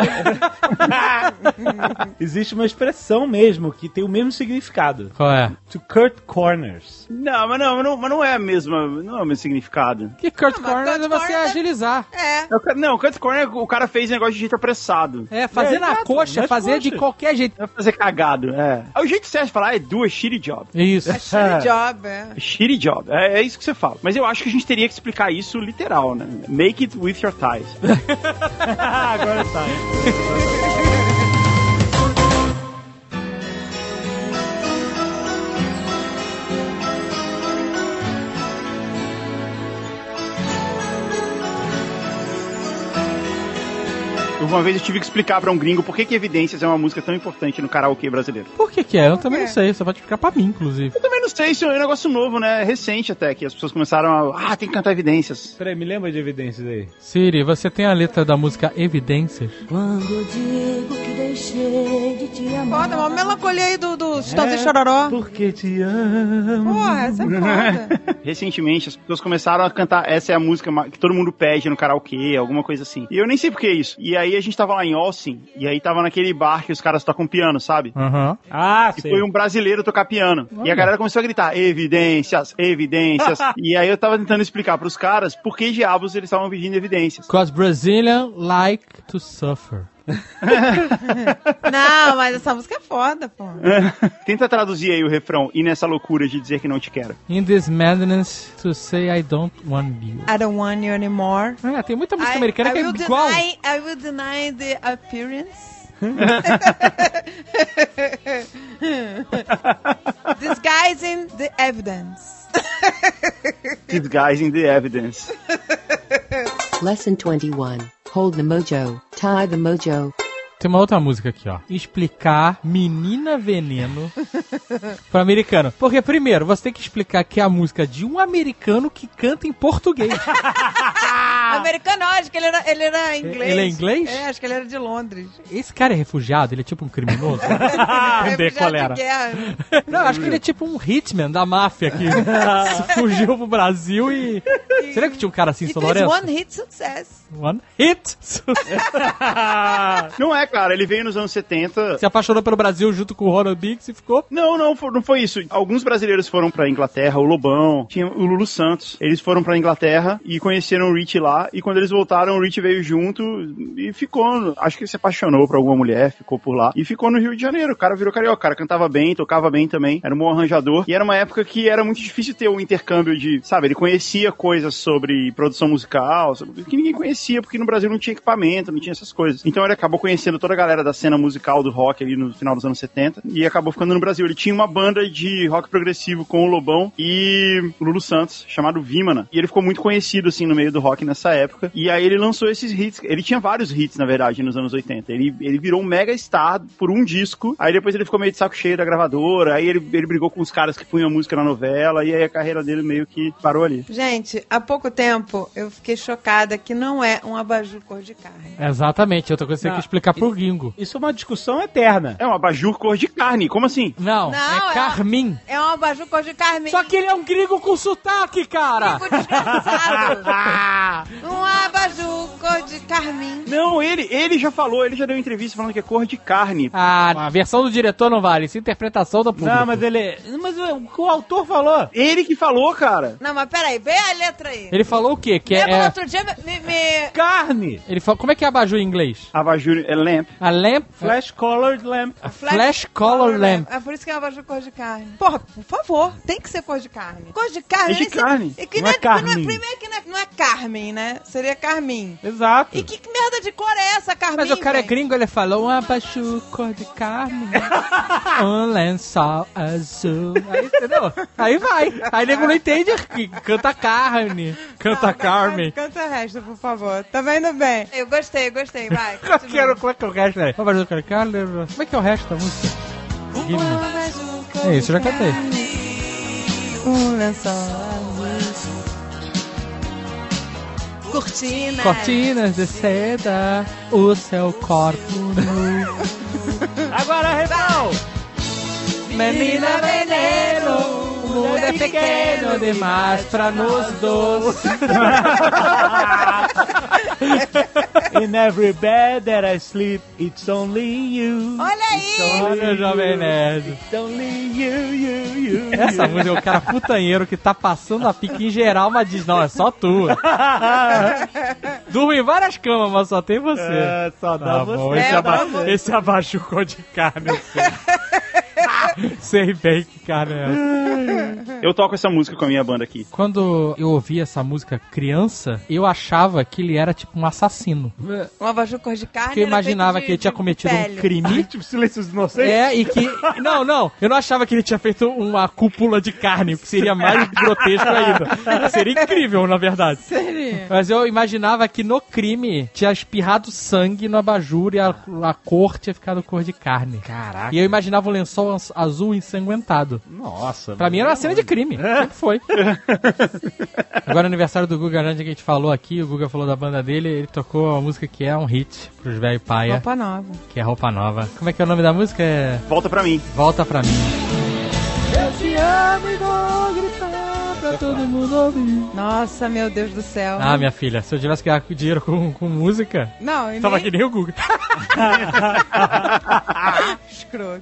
B: Existe uma expressão mesmo que tem o mesmo significado.
E: Qual é?
B: To cut corners.
C: Não, mas não, mas não, mas não é a mesma, não é o mesmo significado.
E: Que Kurt
D: Não, mas
E: Corner
D: Kurt
E: é você
D: Corner-
E: agilizar.
B: Ah.
D: É.
C: É o cara- Não, o Cut Corner, o cara fez negócio de jeito apressado.
E: É, fazer
B: É,
E: na
B: exato,
E: coxa,
B: nas
E: fazer de
B: coxas.
E: qualquer jeito.
C: É fazer cagado, é. É o jeito certo de falar, é do a shitty job.
E: Isso.
D: Shitty job, é.
C: Shitty job, é, é isso que você fala. Mas eu acho que a gente teria que explicar isso literal, né? Make it with your thighs.
B: Agora tá.
C: Uma vez eu tive que explicar pra um gringo por que, que Evidências é uma música tão importante no karaokê brasileiro.
E: Por que que é? Eu também não
D: quê?
E: sei, você pode explicar pra mim, inclusive.
C: Eu também não sei, isso é um negócio novo, né? Recente até, que as pessoas começaram a. Ah, tem que cantar Evidências.
B: Peraí, me lembra de evidências aí.
E: Siri, você tem a letra da música Evidências?
F: Quando eu digo que deixei de te amar.
D: Foda, uma melancolia aí do,
B: É.
D: do Chitãozinho Chororó.
B: Porque te amo.
D: Porra, essa é foda.
C: Recentemente, as pessoas começaram a cantar essa é a música ma- que todo mundo pede no karaokê, alguma coisa assim. E eu nem sei por que isso. E aí a gente tava lá em Austin, e aí tava naquele bar que os caras tocam piano, sabe?
E: Aham.
B: Ah,
C: E
B: sei.
C: foi um brasileiro tocar piano. E a galera começou a gritar: evidências, evidências. e aí eu tava tentando explicar pros caras por que diabos eles estavam pedindo evidências.
E: Because Brazilian like to suffer.
D: Não, mas essa música é foda, pô.
C: Tenta traduzir aí o refrão, e nessa loucura de dizer que não te quero.
E: In this madness to say I don't want you.
D: I don't want you anymore.
E: É, tem muita música
D: I-
E: americana
D: I
E: que é
D: will
E: igual.
D: Deny, I will deny the appearance. Disguising the evidence.
C: Disguising the evidence.
G: Lesson 21. Hold the mojo. Tie the mojo.
E: Tem uma outra música aqui, ó. Explicar Menina Veneno pro americano. Porque, primeiro, você tem que explicar que é a música de um americano que canta em português.
D: Ah. Americano, acho que ele era, ele era inglês.
E: Ele é inglês?
D: É, acho que ele era de Londres.
E: Esse cara é refugiado? Ele é tipo um criminoso? Ah. Entender
D: Refugiado
E: qual era.
D: de guerra.
E: Não, eu acho que ele é tipo um hitman da máfia que fugiu pro Brasil e... Será que tinha um cara assim,
D: E
E: São
D: fez
E: Lourenço?
D: one hit success.
E: One hit!
C: Não é, cara, ele veio nos anos 70.
E: Se apaixonou pelo Brasil junto com o Ronald Dix e ficou...
C: Não, não, fo- não foi isso. Alguns brasileiros foram pra Inglaterra, o Lobão, tinha o Lulu Santos. Eles foram pra Inglaterra e conheceram o Rich lá. E quando eles voltaram, o Rich veio junto e ficou. Acho que ele se apaixonou por alguma mulher, ficou por lá. E ficou no Rio de Janeiro. O cara virou carioca. O cara cantava bem, tocava bem também. Era um bom arranjador. E era uma época que era muito difícil ter um intercâmbio de. Sabe, ele conhecia coisas sobre produção musical, sobre- que ninguém conhecia, porque no Brasil não tinha equipamento, não tinha essas coisas. Então ele acabou conhecendo toda a galera da cena musical do rock ali no final dos anos 70 e acabou ficando no Brasil. Ele tinha uma banda de rock progressivo com o Lobão e o Lulu Santos, chamado Vimana. E ele ficou muito conhecido, assim, no meio do rock nessa época. E aí ele lançou esses hits. Ele tinha vários hits, na verdade, nos anos 80. Ele, ele virou um mega star por um disco. Aí depois ele ficou meio de saco cheio da gravadora. Aí ele, ele brigou com os caras que punham a música na novela. E aí a carreira dele meio que parou ali.
D: Gente, há pouco tempo eu fiquei chocada que não é um abajur cor de carne.
E: Exatamente, outra coisa que você tem que explicar pro gringo.
B: Isso é uma discussão eterna.
C: É um abajur cor de carne. Como assim?
E: Não,
D: Não,
E: é
D: é-
E: Carmin.
D: É um abajur cor de carne.
E: Só que ele é um gringo com sotaque, cara! Ah,
D: Fico desgraçado. um abajur cor de carmim.
C: Não, ele, ele já falou, ele já deu entrevista falando que é cor de carne.
E: Ah, a versão do diretor não vale, isso é interpretação do público.
B: Não, mas ele. Mas o que o autor falou.
C: Ele que falou, cara.
D: Não, mas peraí, vê a letra aí.
E: Ele falou o quê? Que é,
D: Lembra
E: é-
D: no outro dia me... me-
B: Carne.
E: ele falou, como é que é abajur em inglês?
C: Abajur é lamp.
E: A lamp...
B: Flash colored lamp.
E: a flash color lamp.
D: É por isso que é um abajur cor de carne. Porra, por favor, tem que ser cor de carne. Cor de carne.
C: É de
D: nem se-
C: carne,
D: E que
B: não é
D: que não
B: carmim.
D: primeiro que não é, não é carmim, né? Seria carmim.
B: Exato.
D: E que, que merda de cor é essa, carmim?
E: Mas o cara é
D: velho?
E: gringo, ele falou um abajur cor de carne, um lençol azul. Aí, entendeu? Aí vai. Aí nego não entende, canta carne, canta carne.
D: Canta o resto, por favor. Tá vendo bem? Eu gostei, eu gostei. Vai.
E: Qual
D: continua.
E: que era- qual é que é o resto? né? Vamos fazer o cara- cara, lembra? Como é que é o resto da música? Give me. É isso, eu já cantei.
D: Um lençol azul. Cortina.
E: Cortinas de seda, o seu corpo nu.
B: Agora, refrão.
E: Menina veneno, o mundo é pequeno demais pra nos dois.
B: In every bed that I sleep, it's only you.
D: Olha aí!
E: Olha o Jovem Nerd.
B: It's only you, you, you. you.
E: Essa música é o cara putanheiro que tá passando a pique em geral, mas diz, não, é só tua. Durmo em várias camas, mas só tem você.
B: É, só dá
E: Tá
B: você.
E: bom, esse,
D: É,
E: aba
D: dá você.
E: esse abaixucou de carne. eu sei. Sei bem que carne é essa.
C: Eu toco essa música com a minha banda aqui.
E: Quando eu ouvi essa música criança, eu achava que ele era tipo um assassino.
D: Um abajur cor de carne.
E: Porque eu imaginava que ele tinha cometido um crime.
B: Tipo, silêncio dos inocentes.
E: É, e que. Não, não. Eu não achava que ele tinha feito uma cúpula de carne, o que seria mais grotesco ainda. Seria incrível, na verdade.
D: crime.
E: Mas eu imaginava que no crime tinha espirrado sangue no abajur e a, a cor tinha ficado cor de carne. Caraca. E eu imaginava um lençol az- azul ensanguentado.
B: Nossa.
E: Pra mim era uma cena de crime. Sempre foi. Agora, aniversário do Guga Grande que a gente falou aqui, o Guga falou da banda dele, ele tocou uma música que é um hit pros velhos paia,
D: Roupa nova.
E: que é Roupa Nova. Como é que é o nome da música? É...
C: Volta pra mim.
E: Volta pra mim. Eu te amo e vou gritar pra todo mundo ouvir.
D: Nossa, meu Deus do céu.
E: Ah, minha filha, se eu tivesse que ganhar dinheiro com, com música,
D: Não, e
E: tava
D: nem-
E: que nem o Guga.
D: Escroto.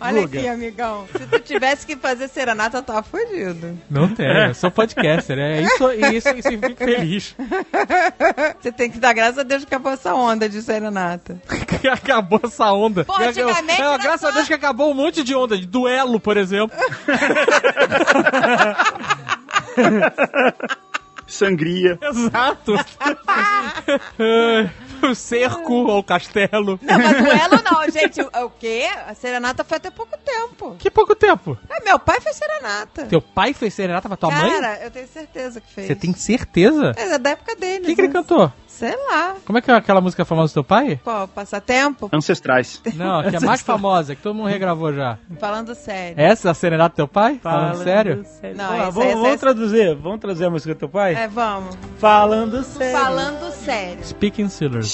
D: Olha aqui, amigão. Se tu tivesse que fazer serenata, eu tava fudido.
E: Não tem, eu sou podcaster, é isso, isso, isso eu fico feliz.
D: Você tem que dar graças a Deus que acabou essa onda de serenata.
E: Que acabou essa onda.
D: Pô, antigamente
E: Eu- eu-
D: era
E: graças a
D: só-
E: Deus que acabou um monte de onda, de duelo, por exemplo.
C: Sangria.
E: Exato. Ah, o cerco ou castelo.
D: Não, mas duelo não, gente. O o quê? A serenata foi até pouco tempo.
E: Que pouco tempo.
D: Ah, meu pai fez serenata.
E: Teu pai fez serenata pra tua mãe?
D: Cara, eu tenho certeza que fez.
E: Você tem certeza?
D: É da época dele.
E: O que, que ele cantou?
D: Você sei lá.
E: Como é que é aquela música famosa do teu pai?
D: Qual? Passatempo?
C: Ancestrais.
E: Não, a que é mais famosa, que todo mundo regravou já.
D: Falando sério.
E: Essa é a serenata do teu pai? Falando sério?
D: Não,
B: Pô,
D: essa-
B: vamos,
D: essa-
B: vamos
D: essa-
B: traduzir, vamos trazer a música do teu pai?
D: É, vamos.
B: Falando sério.
D: Falando sério.
E: Speaking seriously.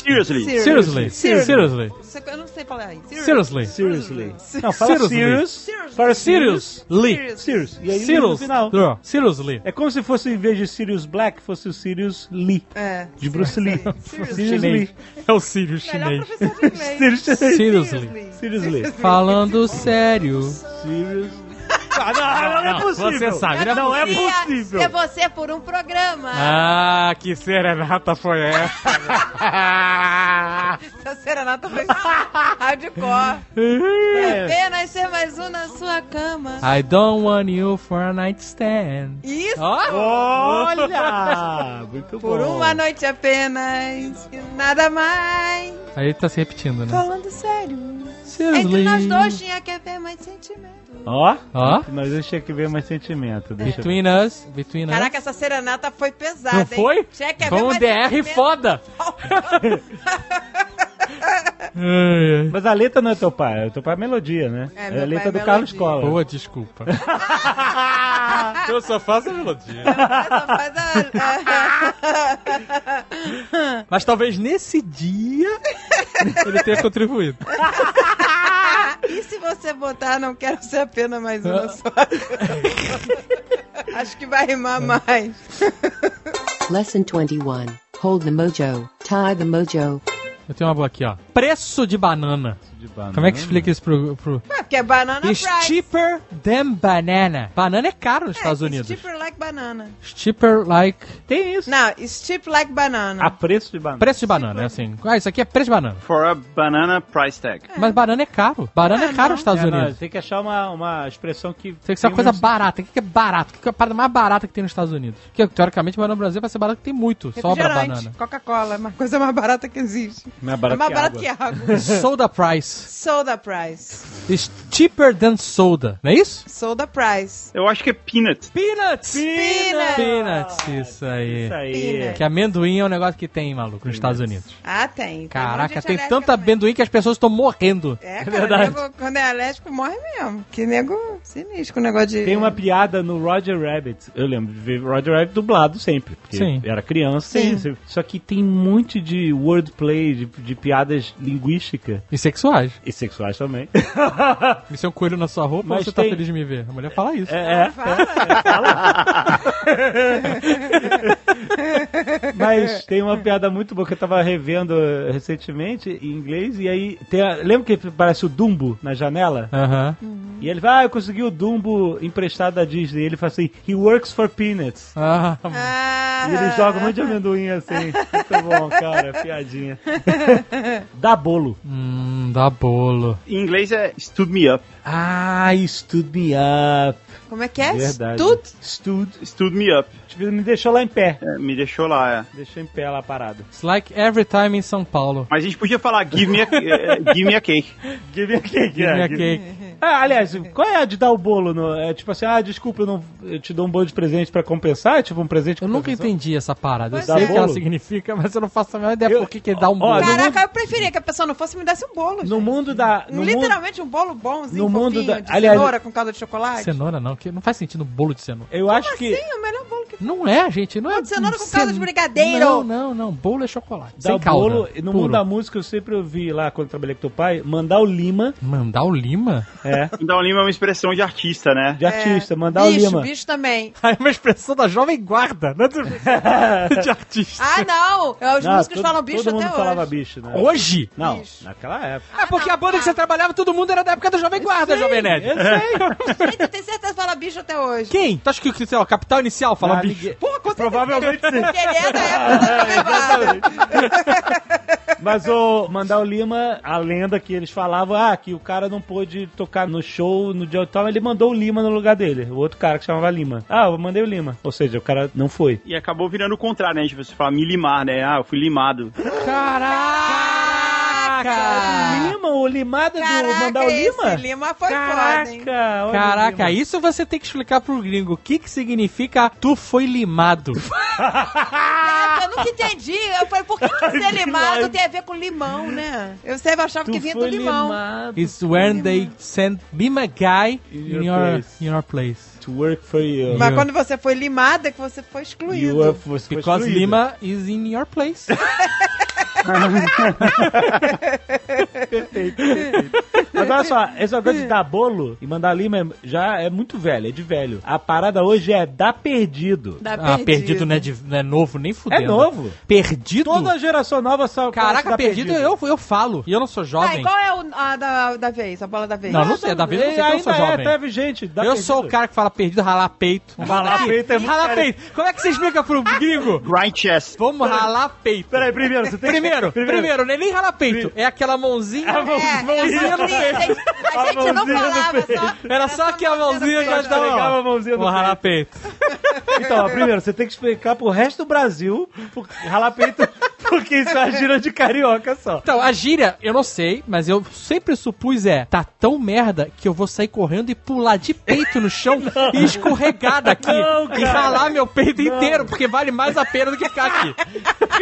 C: Seriously.
E: Seriously. Seriously.
D: Só que Eu não sei falar isso.
E: Seriously.
B: Seriously. Não, fala
E: Seriously.
B: serious.
D: Seriously.
B: Fala serious.
E: Seriously.
B: Serious. E aí no
E: Serious.
B: final.
E: Não, Seriously.
B: É como se fosse, em vez de Sirius Black, fosse o Sirius Lee.
D: É.
B: De Bruce Lee. Sirius
E: Chinês.
B: Lee.
E: É o Sirius
D: Melhor
E: chinês.
D: professor de inglês.
B: Sirius Lee.
E: Seriously.
B: Sirius Lee.
E: Falando sério.
B: Sirius. Ah, não, não, é
E: não,
B: possível.
E: você sabe,
B: não,
E: não é
B: é
D: Queria
B: possível.
D: ser você por um programa.
E: Ah, que serenata foi essa? Ah.
D: Essa serenata foi hardcore. É apenas ser mais um na sua cama.
E: I don't want you for a nightstand.
D: Isso.
E: Ó,
B: Olha! Muito
D: Por
B: bom.
D: uma noite apenas. E nada mais.
E: Aí ele tá se repetindo, né?
D: Falando sério. Então, Entre
E: Seriously. Né?
D: nós dois tinha que haver mais sentimento.
B: Ó.
E: Ó.
B: Nós deixa que ver mais sentimento. Deixa eu ver.
E: Between us. Between us.
D: Caraca, essa serenata foi pesada,
E: Não
D: hein?
E: foi?
D: Tinha que é haver
E: Foi um
D: mais
E: DR
D: sentimento.
E: foda. Ai, ai.
B: Mas a letra não é teu pai, é teu pai é melodia, né?
D: É,
B: É,
D: meu
B: a letra do
D: pai é
B: Carlos
D: melodia.
B: Collor.
E: Boa desculpa. Eu só faço a melodia.
D: Essa faz a-
E: Mas talvez nesse dia ele tenha contribuído.
D: é. e se você botar Não Quero Ser Apenas Mais Uma Só? Acho que vai rimar mais.
G: Lesson 21. Hold the mojo. Tie the mojo.
E: Eu tenho uma boa aqui, ó. Preço de banana. Como é que explica isso pro. pro...
D: É, Porque é banana
E: It's
D: fries.
E: cheaper than banana. Banana é caro nos Estados
D: É,
E: Unidos.
D: Steep like banana.
E: It's cheaper like.
B: Tem isso.
D: Não, steep like banana.
B: A preço de banana.
E: Preço de banana, é assim. Ah, isso aqui é preço de banana.
C: For a banana price tag.
E: Mas banana é caro. Banana é caro nos Estados
B: É, não,
E: Unidos.
B: tem que achar uma, uma expressão que.
E: Tem que ser uma coisa barata. O que que é barato? O que que é a parada mais barata que tem nos Estados Unidos? Que teoricamente banana no Brasil vai ser barato que tem muito. Sobra
D: Refrigerante,
E: banana.
D: Coca-Cola, é uma coisa mais barata que existe.
B: mais
D: É
B: barata.
D: mais
B: que
D: barato
B: água.
D: que água.
E: Soda price.
D: Soda price.
E: It's cheaper than soda. Não é isso?
D: Soda price.
C: Eu acho que é peanut.
E: Peanuts!
D: Peanuts!
E: Peanuts, isso aí.
B: Isso aí.
D: Peanut.
E: Que amendoim é um negócio que tem, maluco, nos Estados Unidos.
D: né? Ah, tem. Tem
E: Caraca,
D: gente
E: tem
D: alérgica
E: tanta
D: também.
E: amendoim que as pessoas estão morrendo.
D: É,
B: É
D: cara,
B: verdade.
D: nego, quando é alérgico, morre mesmo. Que nego sinistro o negócio de.
B: Tem uma piada no Roger Rabbit. Eu lembro de ver Roger Rabbit dublado sempre. Porque
E: Sim.
B: era criança.
D: Sim.
B: e sempre- Só que tem um monte de wordplay, de, de piadas linguísticas
E: E sexuais.
B: e sexuais também.
E: Isso é um coelho na sua roupa
B: Mas
E: ou você tá
B: tem-
E: feliz de me ver? A mulher fala isso.
B: É, é. Mas tem uma piada muito boa que eu tava revendo eh, recentemente em inglês. E aí, tem a- lembra que parece o Dumbo na janela?
E: Aham.
B: E ele fala, ah, eu consegui o Dumbo emprestado da Disney. E ele fala assim, he works for peanuts.
E: Ah,
D: Ah,
B: E ele joga um monte de amendoim assim. Muito bom, cara. Piadinha. Dá bolo.
E: hum, dá bolo.
C: Em inglês é stood me up.
B: Ah, stood me up.
D: Como é que é?
B: Verdade.
D: Tudo?
B: Stood.
C: Stood me up.
B: Tipo, ele me deixou lá em pé.
C: É, me deixou lá. é.
B: Deixou em pé lá parado.
E: It's like every time in São Paulo.
C: Mas a gente podia falar give me a, eh, give me a cake.
B: Give me a cake.
E: Give me
B: é,
E: a cake.
B: Ah, aliás, qual é a de dar o bolo? no- é tipo assim, ah, desculpa, eu, não, eu te dou um bolo de presente pra compensar? É tipo um presente
E: Eu
B: com
E: nunca
B: compensação?
E: entendi essa parada. Eu
D: Pois
E: sei
D: é.
E: o que ela
B: Bolo?
E: significa, mas eu não faço a menor ideia
B: Eu-
E: por que que dá um
B: ó,
E: bolo.
B: no mundo-
D: Caraca, eu preferia que a pessoa não fosse e me desse um
B: No
D: bolo. gente.
B: mundo da. No mundo,
D: Literalmente um bolo bonzinho,
B: no mundo
D: fofinho,
B: da-
D: de
B: aliás-
D: cenoura com calda de chocolate.
E: Cenoura não, que não faz sentido um bolo de cenoura.
B: eu acho que.
D: Sim, o melhor bolo que
E: Não é, gente, não é.
D: Bolo de cenoura com
E: cen-
D: calda de brigadeiro.
E: Não, não, não. Bolo é chocolate.
B: Dar
E: Sem
B: o
E: calda.
B: bolo, no
E: Puro.
B: mundo da música eu sempre ouvi lá quando trabalhei com teu pai, mandar o Lima,
E: Mandar o Lima?
B: é,
C: Então Lima é uma expressão de artista, né?
B: de artista, mandar
D: É. bicho,
B: o Lima.
D: bicho também.
E: Aí é uma expressão da jovem guarda, né? De, de artista.
D: Ah, não! Os
B: Não,
D: músicos
B: todo-
D: falam bicho
B: Todo
D: até
B: mundo
D: hoje.
B: falava bicho, né?
E: Hoje?
B: Não,
D: Bicho.
B: naquela época.
E: É porque a banda que você trabalhava, todo mundo era da época do Jovem Guarda, Jovem Nerd.
D: Gente, eu tenho certeza que fala bicho até hoje.
E: Quem? Tu acha que, que sei lá, Capital Inicial fala
B: Ah,
E: bicho?
B: ninguém-
E: Porra, quanto
B: Provavelmente sim.
D: Porque ele é da época da Jovem Guarda.
B: Mas o Mandar o Lima, a lenda que eles falavam, ah, que o cara não pôde tocar no show, no dia tal, ele mandou o Lima no lugar dele. O outro cara que chamava Lima. Ah, eu mandei o Lima. Ou seja, o cara não foi.
C: E acabou virando o contrário, né? A gente fala me limar, né? Ah, eu fui limado.
E: Caraca!
B: Caraca! Lima, o limado do mandar o Lima?
D: esse Lima foi foda, hein?
B: Caraca! olha o
E: Caraca,
B: Lima.
E: isso você tem que explicar pro gringo. O que que significa tu foi limado?
D: Caraca, eu nunca entendi. Eu falei, por que, que ser
B: Que
D: limado
B: demais.
D: tem a ver com limão, né? Eu sempre achava que vinha do limão.
B: limado.
E: It's when they send lima guy in
B: your
E: your,
B: place.
E: in your place.
B: To work for you.
D: Mas
E: You-
D: quando você foi limada, é que você foi
B: You
D: excluído.
B: are, você foi
E: Because
B: excluído.
E: lima is in your place.
B: Mas olha só, essa coisa de dar bolo e mandar lima é- já é muito velho, é de velho. A parada hoje é dar perdido.
D: Dá
E: ah, perdido não é, de- não é novo, nem
B: É
E: fudendo.
B: novo.
E: Perdido?
B: Toda geração nova é só
E: Caraca,
B: dá
E: perdido, é Eu, eu falo. E eu não sou
D: Ah,
E: jovem.
D: e qual é o, a da, da vez? A bola da vez?
E: Não, não sei, da vez eu não sei que eu sou
B: Ainda é,
E: jovem.
B: teve gente. dá
E: eu sou o
B: perdido.
E: cara que fala perdido, ralar peito.
B: Ralar peito é muito
E: Ralar
B: sério.
E: peito. Como é que você explica pro gringo?
C: Grind chest.
E: Vamos ralar peito.
B: Peraí, primeiro, você tem que-
E: Primeiro, primeiro, não é nem ralar peito. É aquela mãozinha.
B: A mão-
D: É,
B: mãozinha
D: é,
B: no
D: mãozinha,
B: peito.
D: gente, A gente
B: A
D: não
B: mãozinha no
D: falava
B: peito.
D: só.
E: Era só que a mãozinha já
D: já
E: estava.
B: Pegava tá a mãozinha no
E: Vou ralar peito.
B: Então, ó, primeiro, você tem que explicar pro resto do Brasil por- ralar peito, porque isso é uma gíria de carioca só.
E: Então, a gíria, eu não sei, mas eu sempre supus é, tá tão merda que eu vou sair correndo e pular de peito no chão e escorregar daqui.
B: Não,
E: e
B: cara.
E: ralar meu peito inteiro, porque vale mais a pena do que ficar aqui.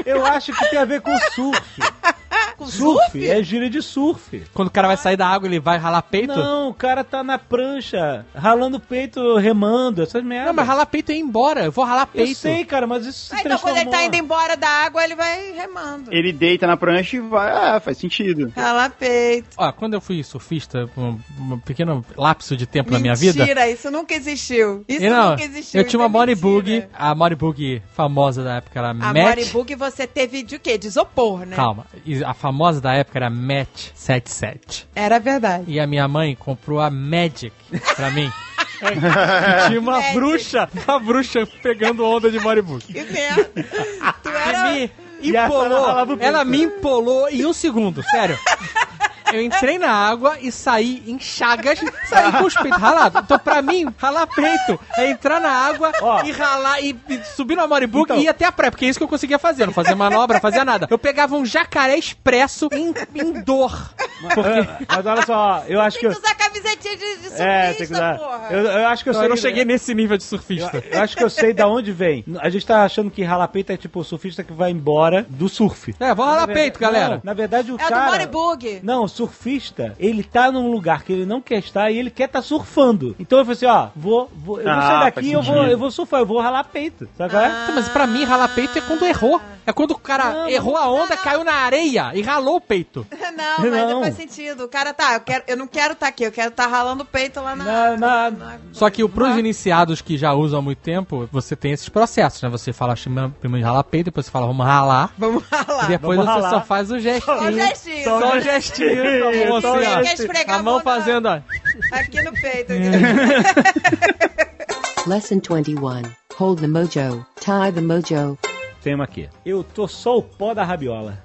B: Eu acho que tem a ver com surf.
D: Com
B: Surf?
D: surf?
B: É gíria de surf.
E: Quando o cara vai sair da água, ele vai ralar peito?
B: Não, o cara tá na prancha, ralando o peito, remando, essas merdas.
E: Não, mas ralar peito é ir embora. Eu vou ralar
B: Eu
E: peito.
B: sei, cara, mas isso se
D: Ah, então quando ele tá
B: transformou.
D: indo embora da água, ele vai remando.
C: Ele deita na prancha e vai. É, faz sentido.
D: Cala peito.
E: Ó, quando eu fui surfista, um, um pequeno lapso de tempo na minha vida.
D: Mentira, isso nunca existiu. Isso
E: eu não,
D: nunca existiu.
E: eu tinha uma
D: isso é
E: body
D: mentira.
E: bug, a body bug famosa da época era
D: A
E: Matt.
D: bodybook você teve de quê? De isopor, né?
E: Calma, e a famosa da época era Match 77.
D: Era verdade.
E: E a minha mãe comprou a Magic pra mim. E tinha uma
D: Magic.
E: bruxa, uma bruxa pegando onda de Maribook.
D: Que merda. tu era...
E: E me
B: E a Sara ralava o
E: empolou,
B: bico.
E: ela me empolou em um segundo, sério. Eu entrei na água e saí em chagas, saí com os peitos ralados. Então, pra mim, ralar peito é entrar na água
B: Ó.
E: e ralar e, e subir no Amoribuque
B: Então.
E: e ir até a praia, porque é isso que eu conseguia fazer. Eu não fazia manobra, fazia nada. Eu pegava um jacaré expresso em, em dor.
B: Mas olha só, eu acho que
D: Tem
B: eu...
D: que usar camisetinha de, de surfista,
B: É, tem que usar.
D: porra.
B: Eu, eu acho que eu
E: Então,
B: sei...
E: eu não cheguei nesse nível de surfista.
B: Eu acho que eu sei da onde vem. A gente tá achando que ralar peito é tipo o surfista que vai embora do surf.
E: É, vou ralar peito, galera.
B: Não, na verdade, o
D: É o do
B: cara...
D: bodybook.
B: Não, o surfista, ele tá num lugar que ele não quer estar e ele quer estar surfando. Então eu falei assim, ó, vou, vou, eu vou
C: Ah,
B: sair
C: faz
B: daqui, eu vou,
C: sentido.
B: eu vou surfar, eu vou ralar peito. Sabe qual é?
D: Ah.
E: Então, mas pra mim, ralar peito é quando errou. É quando o cara
B: Não,
E: errou a onda, caiu na areia e ralou o peito.
D: Não, mas não.
B: Não.
D: faz sentido. O cara tá, eu, quero, eu não quero estar tá aqui, eu quero estar tá ralando o peito lá na.
B: Na- na-
E: Só que o- pros iniciados que já usam há muito tempo, você tem esses processos, né? Você fala chama- primeiro ralar peito, depois você fala vamos ralar.
D: Vamos
E: E
D: ralar.
E: depois
B: Vamos
E: você
B: ralar.
E: só faz o gestinho.
D: Só o gestinho.
E: Só o gestinho. Só o
B: Só o
E: assim, ó.
D: Quer esfregar
E: A mão
D: na-
E: fazendo, ó.
D: Aqui no peito.
E: É.
D: aqui no-
G: Lesson 21. Hold the mojo. Tie the mojo.
B: Tema aqui. Eu tô só o pó da rabiola.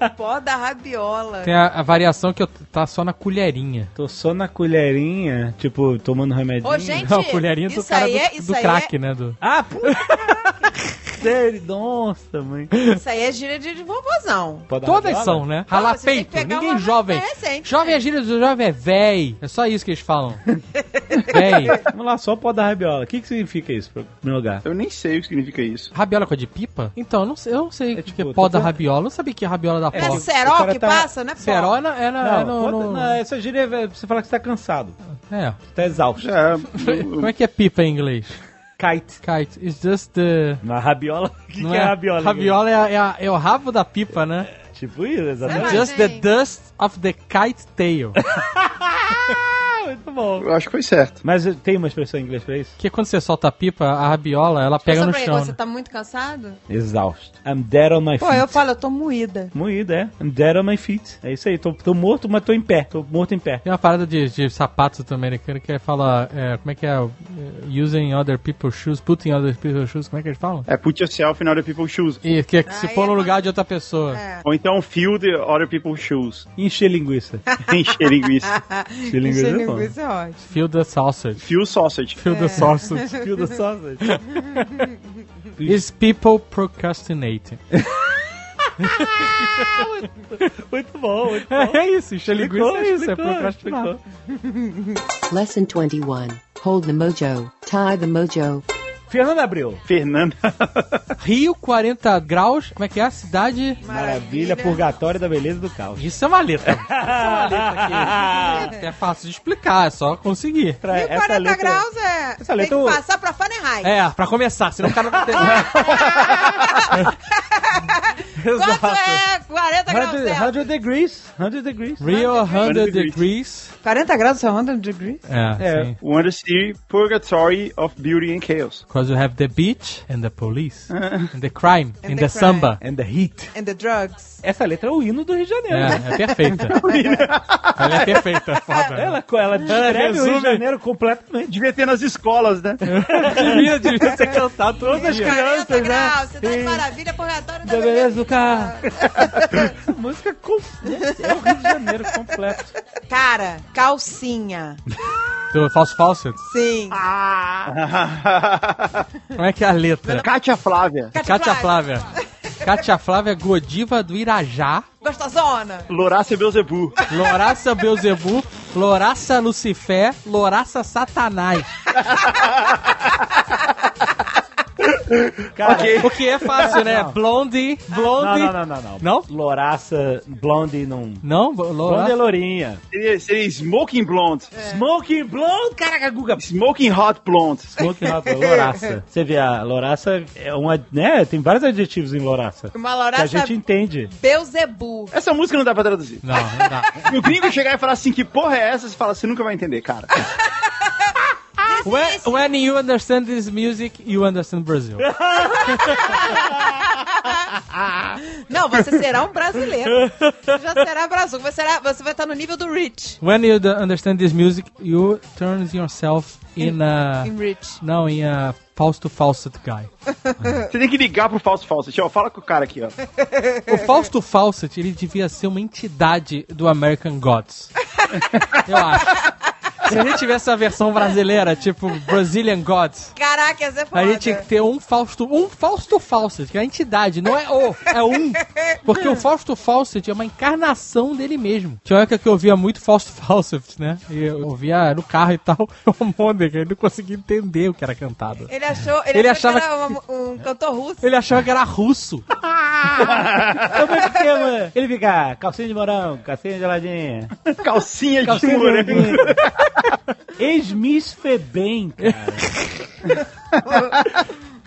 D: o pó da rabiola.
E: Tem a, a variação que eu- tá só na colherinha.
B: Tô só na colherinha, tipo, tomando remedinho.
D: Ô, gente,
E: Não, a colherinha do
D: isso
E: cara
D: aí
E: do,
D: é-
E: do
D: isso aí
E: crack, né? Do...
B: Ah, puta! Sério, nossa, mãe.
D: Isso aí é gíria de vovozão.
B: Pó da
E: Todas
B: rabiola?
E: são, né?
D: Não,
E: Ralar
D: você tem que
E: peito.
D: pegar
E: Ninguém
D: uma
E: jovem.
D: mais recente.
E: Jovem é gíria do jovem é véi. É só isso que eles falam. véi.
B: Vamos lá, só o pó da rabiola. O que, que significa isso, pro meu lugar?
C: Eu nem sei o que significa isso.
E: Rabiola é coisa de pipa? Então, eu não sei, eu não sei
B: É
E: o que
B: tipo,
E: é pó
B: tô
E: da
B: vendo-
E: rabiola. Eu não sabia que rabiola da
D: É
E: pó.
B: o
D: cerol
B: cara
D: que
B: tá-
D: passa, né? pó?
E: Cerol é na- é na- é no-
B: pô,
E: no-
B: não, essa gíria, é você fala que você tá cansado,
E: É.
B: você tá exausto.
C: É,
E: Como é que é pipa em inglês?
B: Kite.
E: Kite. It's just the...
B: Na rabiola, o que,
E: não
B: que é rabiola?
E: Rabiola é, a- é a- é o rabo da pipa, né?
B: Tipo isso, exatamente.
D: Será?
E: Just the dust of the kite tail.
B: Ah, muito bom.
C: eu acho que foi certo.
B: Mas tem uma expressão em inglês pra isso?
E: Porque quando você solta a pipa, a rabiola, ela
D: Mas
E: pega
D: só
E: no
D: pra aí,
E: chão.
D: Você
E: né?
D: tá muito cansado?
B: Exausto. I'm dead on my
D: Pô,
B: feet.
D: eu falo, eu tô moída.
B: Moído, é. I'm dead on my feet. É isso aí. Tô, tô morto, mas tô em pé. Tô morto em pé.
E: Tem uma parada de, de sapato do americano que fala... é, como é que é? É, Using other people's shoes, putting other people's shoes. Como é que eles falam?
C: É put yourself in other people's shoes.
E: E que, que se
D: Aí
E: pôr no
D: é
E: lugar de outra pessoa.
D: É.
C: Ou então fill the other people's shoes.
B: Encher linguiça.
C: Encher linguiça.
B: Encher linguiça é bom.
D: linguiça é ótimo.
E: Feel the sausage.
C: Fill sausage.
E: Feel
D: É.
E: the sausage.
B: Fio da sausage.
E: Is people procrastinating?
B: Muito bom, muito bom.
E: É isso, encher linguiça é isso, é procrastinar.
G: Lesson 21. Hold the mojo. Tie the mojo.
B: Fernando Abreu.
C: Fernanda.
E: Rio, 40 graus. Como é que é? A cidade.
B: Maravilha, purgatório da beleza do caos.
E: Isso é uma letra. Isso é uma letra que é fácil de explicar, é só conseguir.
B: Pra-
D: E
B: essa
D: 40
B: letra-
D: graus é.
B: essa
D: tem
B: letra
D: que
B: eu-
D: passar pra Fahrenheit.
E: É, pra começar, senão o cara não tem.
D: Quanto
E: Exato.
D: é 40 graus
B: 100,
D: Celsius?
B: 100 degrees. 100 degrees.
E: Real 100
C: 100
E: degrees.
D: 40 graus são 100 degrees?
E: É,
B: É.
E: sim.
C: Wonder City, Purgatory of Beauty and Chaos.
E: Because you have the beach and the police and the crime Ah. and,
D: And
E: the,
D: the
E: samba.
B: And the heat.
D: And the drugs.
B: Essa letra é o hino do Rio de Janeiro. né?
E: É, é perfeita. Ela é perfeita, é foda.
B: Ela, ela descreve o Rio
E: resume.
B: de Janeiro completamente.
C: Devia ter nas escolas, né?
E: devia, devia
B: tá
E: ser cantada todas as
D: 40
E: crianças, né?
D: graus, tá cidade maravilha, tá purgatório da
B: Da
D: beleza.
B: beleza do carro. Essa música completa. É o Rio de Janeiro completo.
D: Cara, calcinha.
E: Do falso falso.
D: Sim.
E: Como é que é a letra?
C: Kátia Flávia,
E: Kátia Flávia. Kátia Flávia Godiva do Irajá.
D: Gostosona.
C: Lorácia Belzebu.
E: Loraça Beuzebu, Loraça Lucifé, Loraça Satanás.
B: Cara,
C: Ok.
E: O que é fácil, né?
B: Não.
E: Blondie,
B: não,
E: Blondie.
B: não, não, não, não.
E: Não?
B: Loraça, blonde, não...
E: Não,
B: Blonde é
E: Loraça.
B: lourinha.
C: Seria, seria Smoking Blonde.
D: É.
B: Smoking blonde, caraca, Guga.
C: Smoking Hot Blonde.
B: Smoking é hot, loraça. Você vê, a loraça é uma... Né? Tem vários adjetivos em loraça.
D: Uma
B: Que a
D: loraça
B: gente entende.
D: Beuzebu.
C: Essa música não dá pra traduzir.
E: Não, não dá.
C: E o gringo chegar e falar assim, que porra é essa? Você fala, você nunca vai entender, cara.
E: When, when you understand this music, you understand Brazil.
D: Não, você será um brasileiro. Você já será brasileiro. Você, será- você vai estar no nível do Rich.
E: When you do- understand this music, you turn yourself in a...
D: Em Rich.
E: Não, em a Fausto Fawcett guy.
C: Você tem que ligar pro falso falso. Ó, fala com o cara aqui, ó.
E: O Fausto Fawcett, ele devia ser uma entidade do American Gods. Eu acho. Se a gente tivesse a versão brasileira, tipo Brazilian Gods,
D: Caraca, essa é
E: a
D: foda.
E: gente tinha que ter um Fausto, um Fausto Fawcett, que é a entidade, não é o, é um. Porque o Fausto Fawcett é uma encarnação dele mesmo. Tinha uma época que eu ouvia muito Fausto Fawcett, né? E eu ouvia no carro e tal, o Mônica, ele não conseguia entender o que era cantado.
D: Ele achou, ele
E: Ele
D: achou
E: achava
D: que era uma- um cantor russo.
E: Ele achava que era russo.
B: Também porque, mano, ele fica calcinha de morango, calcinha geladinha.
C: Calcinha,
B: Calcinha
C: de
B: de
C: morango.
B: morango. Ex-Miss Febem, cara.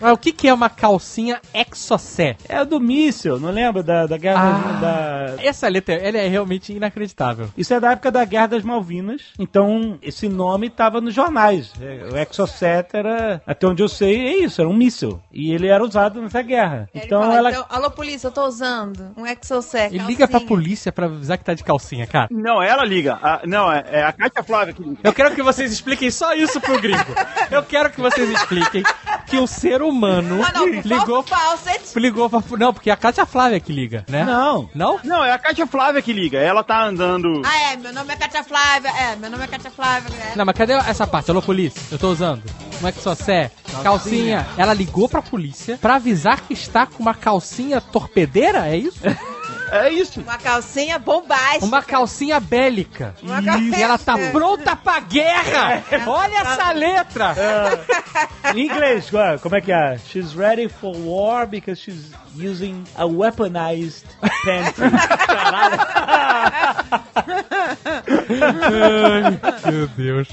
E: Mas o que, que é uma calcinha exocé?
B: É a do míssil, não lembra? Da, da guerra da...
E: Essa letra, ela é realmente inacreditável.
B: Isso é da época da Guerra das Malvinas, então esse nome estava nos jornais. É, O Exocet era, até onde eu sei, é isso, era um míssil. E ele era usado nessa guerra.
D: Ele
B: Então
D: fala,
B: ela.
D: então, alô polícia, eu tô usando um Exocet.
E: Ele liga pra
D: calcinha."
E: polícia pra avisar que tá de calcinha, cara.
C: Não, ela liga. A- não, é, é a Kátia Flávia que liga.
E: Eu quero que vocês expliquem só isso pro gringo. Eu quero que vocês expliquem que um ser humano
D: Ah, não,
E: ligou,
D: ligou falset.
E: ligou pra. Não, porque é a Cátia Flávia que liga, né?
B: Não.
E: Não?
C: Não, é a Kátia Flávia que liga. Ela tá andando.
D: Ah, é, meu nome é Katia Flávia. É, meu nome é Katia Flávia. É.
E: Não, mas cadê essa parte? Alô, polícia? Eu tô usando. Como é que só sé? Calcinha. Ela ligou pra polícia pra avisar que está com uma calcinha torpedeira? É isso?
C: É isso.
D: Uma calcinha bombástica.
E: Uma calcinha bélica.
D: Uma calcinha- É.
E: E ela tá pronta pra guerra! Olha essa letra!
B: Em inglês, qual- como é que é? She's ready for war because she's using a weaponized pantry.
E: Ai, meu Deus.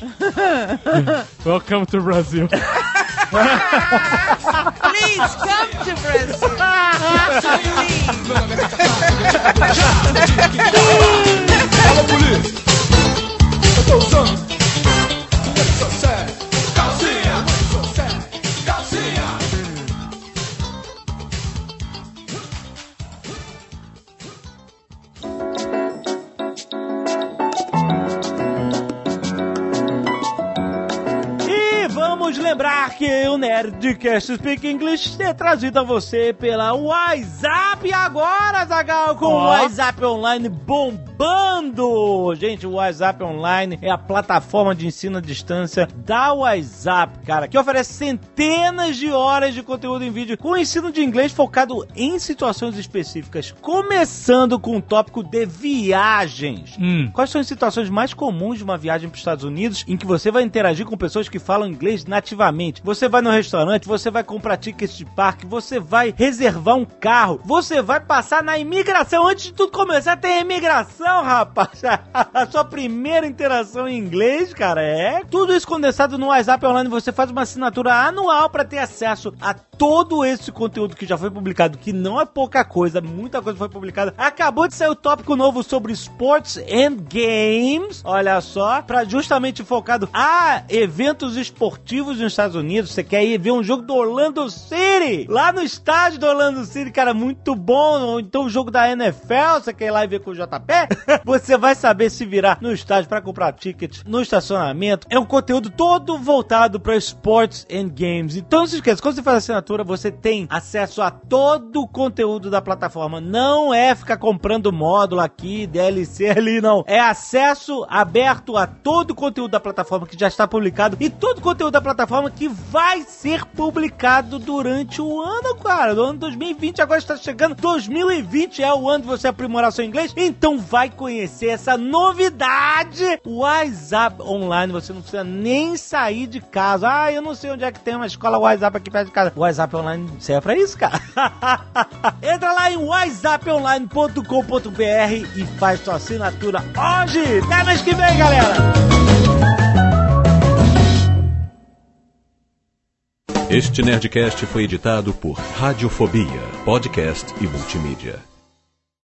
E: Welcome to Brasil.
D: Please come to Brazil. Please.
B: E vamos Vamos lembrar que o Nerdcast Speak English é trazido a você pela WhatsApp agora, Zagal, com o
E: Ó.
B: WhatsApp Online bombando! Gente, o WhatsApp Online é a plataforma de ensino à distância da WhatsApp, cara, que oferece centenas de horas de conteúdo em vídeo com ensino de inglês focado em situações específicas, começando com o tópico de viagens.
E: Hum.
B: Quais são as situações mais comuns de uma viagem para os Estados Unidos em que você vai interagir com pessoas que falam inglês nativamente? Você vai no restaurante, você vai comprar tickets de parque, você vai reservar um carro, você vai passar na imigração. Antes de tudo começar, tem a imigração, rapaz. A sua primeira interação em inglês, cara, é. Tudo isso condensado no WhatsApp online. Você faz uma assinatura anual para ter acesso a todo esse conteúdo que já foi publicado, que não é pouca coisa, muita coisa foi publicada. Acabou de sair o tópico novo sobre sports and games, olha só, para justamente focado a eventos esportivos nos Estados Unidos. Você quer ir ver um jogo do Orlando City, lá no estádio do Orlando City, cara, muito bom. Ou então o jogo da NFL, você quer ir lá e ver com o JP? Você vai saber se virar no estádio para comprar tickets, no estacionamento. É um conteúdo todo voltado para esportes and games. Então não se esqueça, quando você faz assinatura, você tem acesso a todo o conteúdo da plataforma. Não é ficar comprando módulo aqui, DLC ali, não. É acesso aberto a todo o conteúdo da plataforma que já está publicado e todo o conteúdo da plataforma que vai ser publicado durante o ano, cara. O ano 2020 agora está chegando. 2020 é o ano de você aprimorar seu inglês. Então vai conhecer essa novidade. WhatsApp online. Você não precisa nem sair de casa. Ah, eu não sei onde é que tem uma escola WhatsApp aqui perto de casa. WhatsApp online serve pra isso, cara. Entra lá em whatsapponline.com.br e faz sua assinatura hoje. Até mês que vem, galera.
J: Este Nerdcast foi editado por Radiofobia, podcast e multimídia.